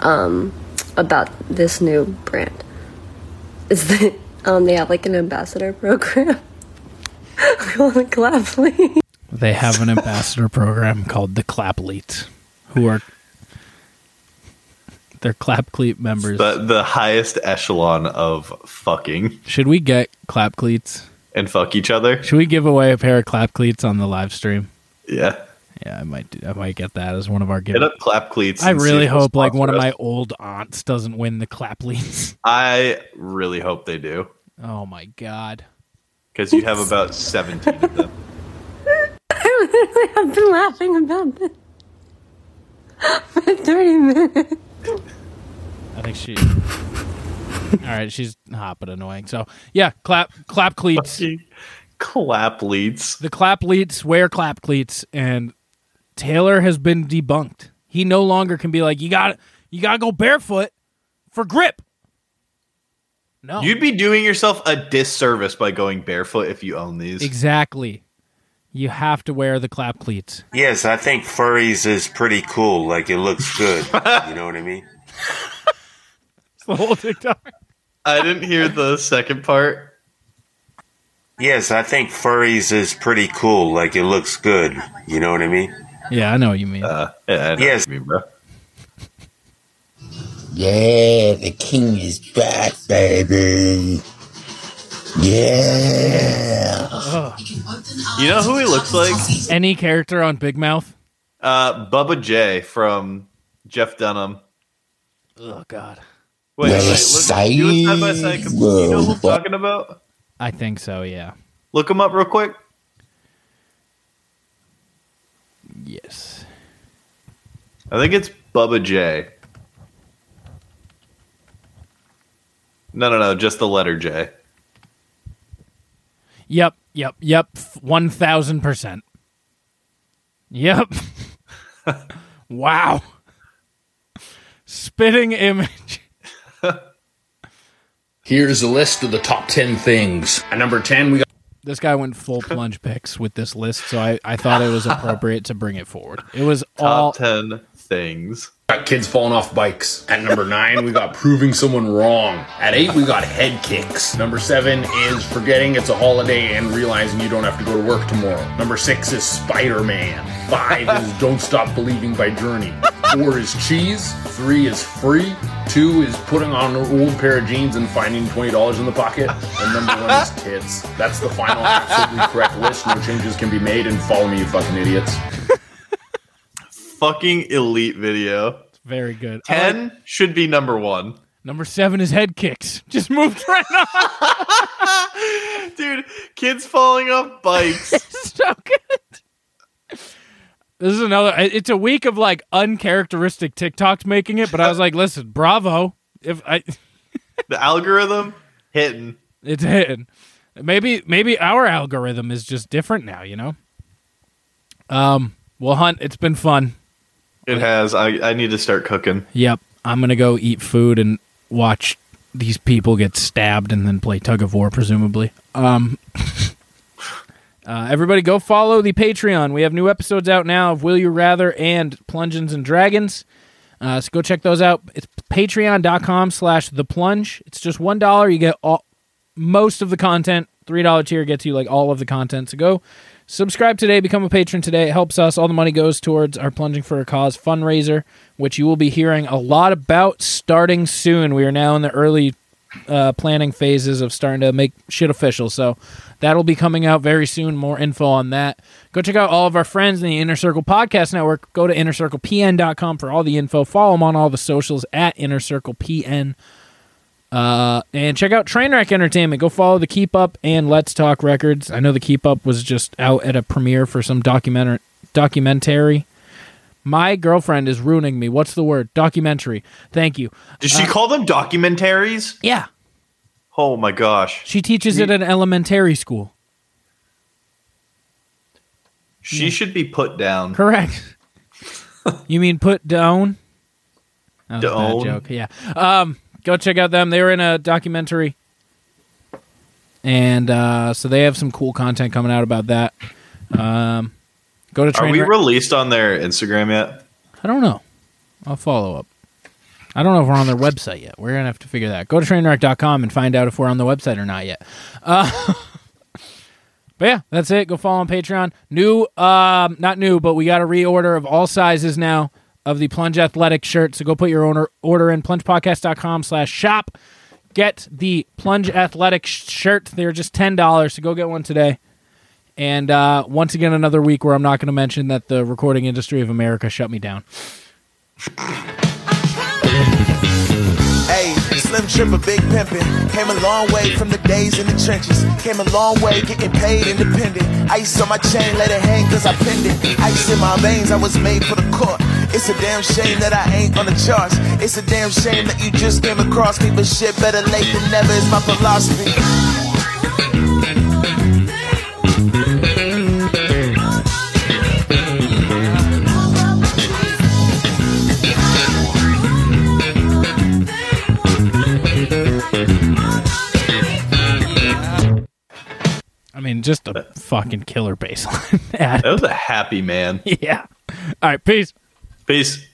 Speaker 18: um, about this new brand is that um, they have like an ambassador program. I want to clap, please.
Speaker 2: They have an ambassador program called the Clapleats, who are they're Clapcleat members.
Speaker 1: The the highest echelon of fucking
Speaker 2: Should we get Clapcleats?
Speaker 1: and fuck each other.
Speaker 2: Should we give away a pair of Clapcleats on the live stream?
Speaker 1: Yeah.
Speaker 2: Yeah, I might do, I might get that as one of our
Speaker 1: Hit
Speaker 2: giveaways.
Speaker 1: up clap cleats.
Speaker 2: I
Speaker 1: and see
Speaker 2: really
Speaker 1: if they'll
Speaker 2: hope like
Speaker 1: sponsor
Speaker 2: one of
Speaker 1: us.
Speaker 2: my old aunts doesn't win the Clapleats.
Speaker 1: I really hope they do
Speaker 2: Oh my god.
Speaker 1: because you have about seventeen of them.
Speaker 18: I literally have been laughing about this for 30 minutes.
Speaker 2: I think she. All right, she's hot but annoying. So yeah, clap clap cleats,
Speaker 1: clap leads.
Speaker 2: the clap cleats, wear clap cleats, and Taylor has been debunked. He no longer can be like you got to you got to go barefoot for grip. No,
Speaker 1: You'd be doing yourself a disservice by going barefoot if you own these.
Speaker 2: exactly. You have to wear the clap cleats.
Speaker 19: Yes, I think furries is pretty cool. Like it looks good. you know what I mean?
Speaker 2: It's the whole TikTok.
Speaker 1: I didn't hear the second part.
Speaker 19: Yes, I think furries is pretty cool. Like it looks good. You know what I mean?
Speaker 2: Yeah, I know what you mean.
Speaker 19: yes,
Speaker 20: Yeah, the king is back, baby. Yeah.
Speaker 1: You know who he looks like?
Speaker 2: Any character on Big Mouth?
Speaker 1: Uh, Bubba J from Jeff Dunham.
Speaker 2: Oh God.
Speaker 1: Wait, wait, look, do it side by side. com- You know who I'm talking about?
Speaker 2: I think so. Yeah.
Speaker 1: Look him up real quick.
Speaker 2: Yes.
Speaker 1: I think it's Bubba J. No, no, no, just the letter J.
Speaker 2: Yep, yep, yep. One thousand percent. Yep. wow. Spitting image.
Speaker 14: Here's a list of the top 10 things. At number 10, we got.
Speaker 2: This guy went full plunge picks with this list, so I, I thought it was appropriate to bring it forward. It was all
Speaker 1: ten things.
Speaker 14: Got kids falling off bikes. At number nine, we got proving someone wrong. At eight, we got head kicks. Number seven is forgetting it's a holiday and realizing you don't have to go to work tomorrow. Number six is Spider Man. Five is Don't Stop Believing by Journey. Four is cheese. Three is free. Two is putting on an old pair of jeans and finding $20 in the pocket. And number one is tits. That's the final absolutely correct list. No changes can be made. And follow me, you fucking idiots.
Speaker 1: Fucking elite video.
Speaker 2: very good. I like-
Speaker 1: 10 should be number one.
Speaker 2: number seven is head kicks. Just moved right
Speaker 1: on. Dude, kids falling off bikes.
Speaker 2: so good. This is another. it- It's a week of like uncharacteristic TikToks making it, but I was like, listen, bravo. If I
Speaker 1: the algorithm hitting,
Speaker 2: it's hitting. Maybe maybe our algorithm is just different now. You know. Um. Well, Hunt, it's been fun.
Speaker 1: It has. I, I need to start cooking.
Speaker 2: Yep. I'm gonna go eat food and watch these people get stabbed and then play tug of war, presumably. Um. Uh, everybody, go follow the Patreon. We have new episodes out now of Will You Rather and Plungeons and Dragons. Uh, so go check those out. It's patreon.com slash the plunge. It's just $1. You get all, most of the content. $3 tier gets you like all of the content. So go subscribe today. Become a patron today. It helps us. All the money goes towards our Plunging for a Cause fundraiser, which you will be hearing a lot about starting soon. We are now in the early uh, planning phases of starting to make shit official. So that'll be coming out very soon. More info on that. Go check out all of our friends in the Inner Circle Podcast Network. Go to innercirclepn.com for all the info. Follow them on all the socials at Inner Circle PN. Uh, and check out Trainwreck Entertainment. Go follow the Keep Up and Let's Talk Records. I know the Keep Up was just out at a premiere for some documentary. Documentary. My girlfriend is ruining me. What's the word? Documentary. Thank you.
Speaker 1: Did she
Speaker 2: Uh,
Speaker 1: call them documentaries?
Speaker 2: Yeah.
Speaker 1: Oh my gosh.
Speaker 2: She teaches it at an elementary school.
Speaker 1: She
Speaker 2: Hmm.
Speaker 1: should be put down.
Speaker 2: Correct. you mean put down? That was a bad
Speaker 1: Down.
Speaker 2: joke. Yeah. Um, go check out them. They were in a documentary. and uh, so they have some cool content coming out about that. Um, go to
Speaker 1: Are we
Speaker 2: Trainwreck-
Speaker 1: released on their Instagram yet?
Speaker 2: I don't know. I'll follow up. I don't know if we're on their website yet. We're gonna have to figure that. Go to trainwreck.com and find out if we're on the website or not yet. Uh, but yeah, that's it. Go follow on Patreon. New, um, not new, but we got a reorder of all sizes now of the Plunge Athletic shirt. So go put your order order in plungepodcast.com slash shop. Get the Plunge Athletic sh- shirt. They're just ten dollars. So go get one today. And uh, once again, another week where I'm not going to mention that the recording industry of America shut me down.
Speaker 9: Hey, Slim Trimmer, Big Pimpin'. Came a long way from the days in the trenches. Came a long way getting paid independent. Ice on my chain, let it hang cause I pinned it. Ice in my veins, I was made for the court. It's a damn shame that I ain't on the charts. It's a damn shame that you just came across me, but shit better late than never is my philosophy.
Speaker 2: I mean, just a fucking killer baseline. That
Speaker 1: was a happy man.
Speaker 2: yeah. All right. Peace.
Speaker 1: Peace.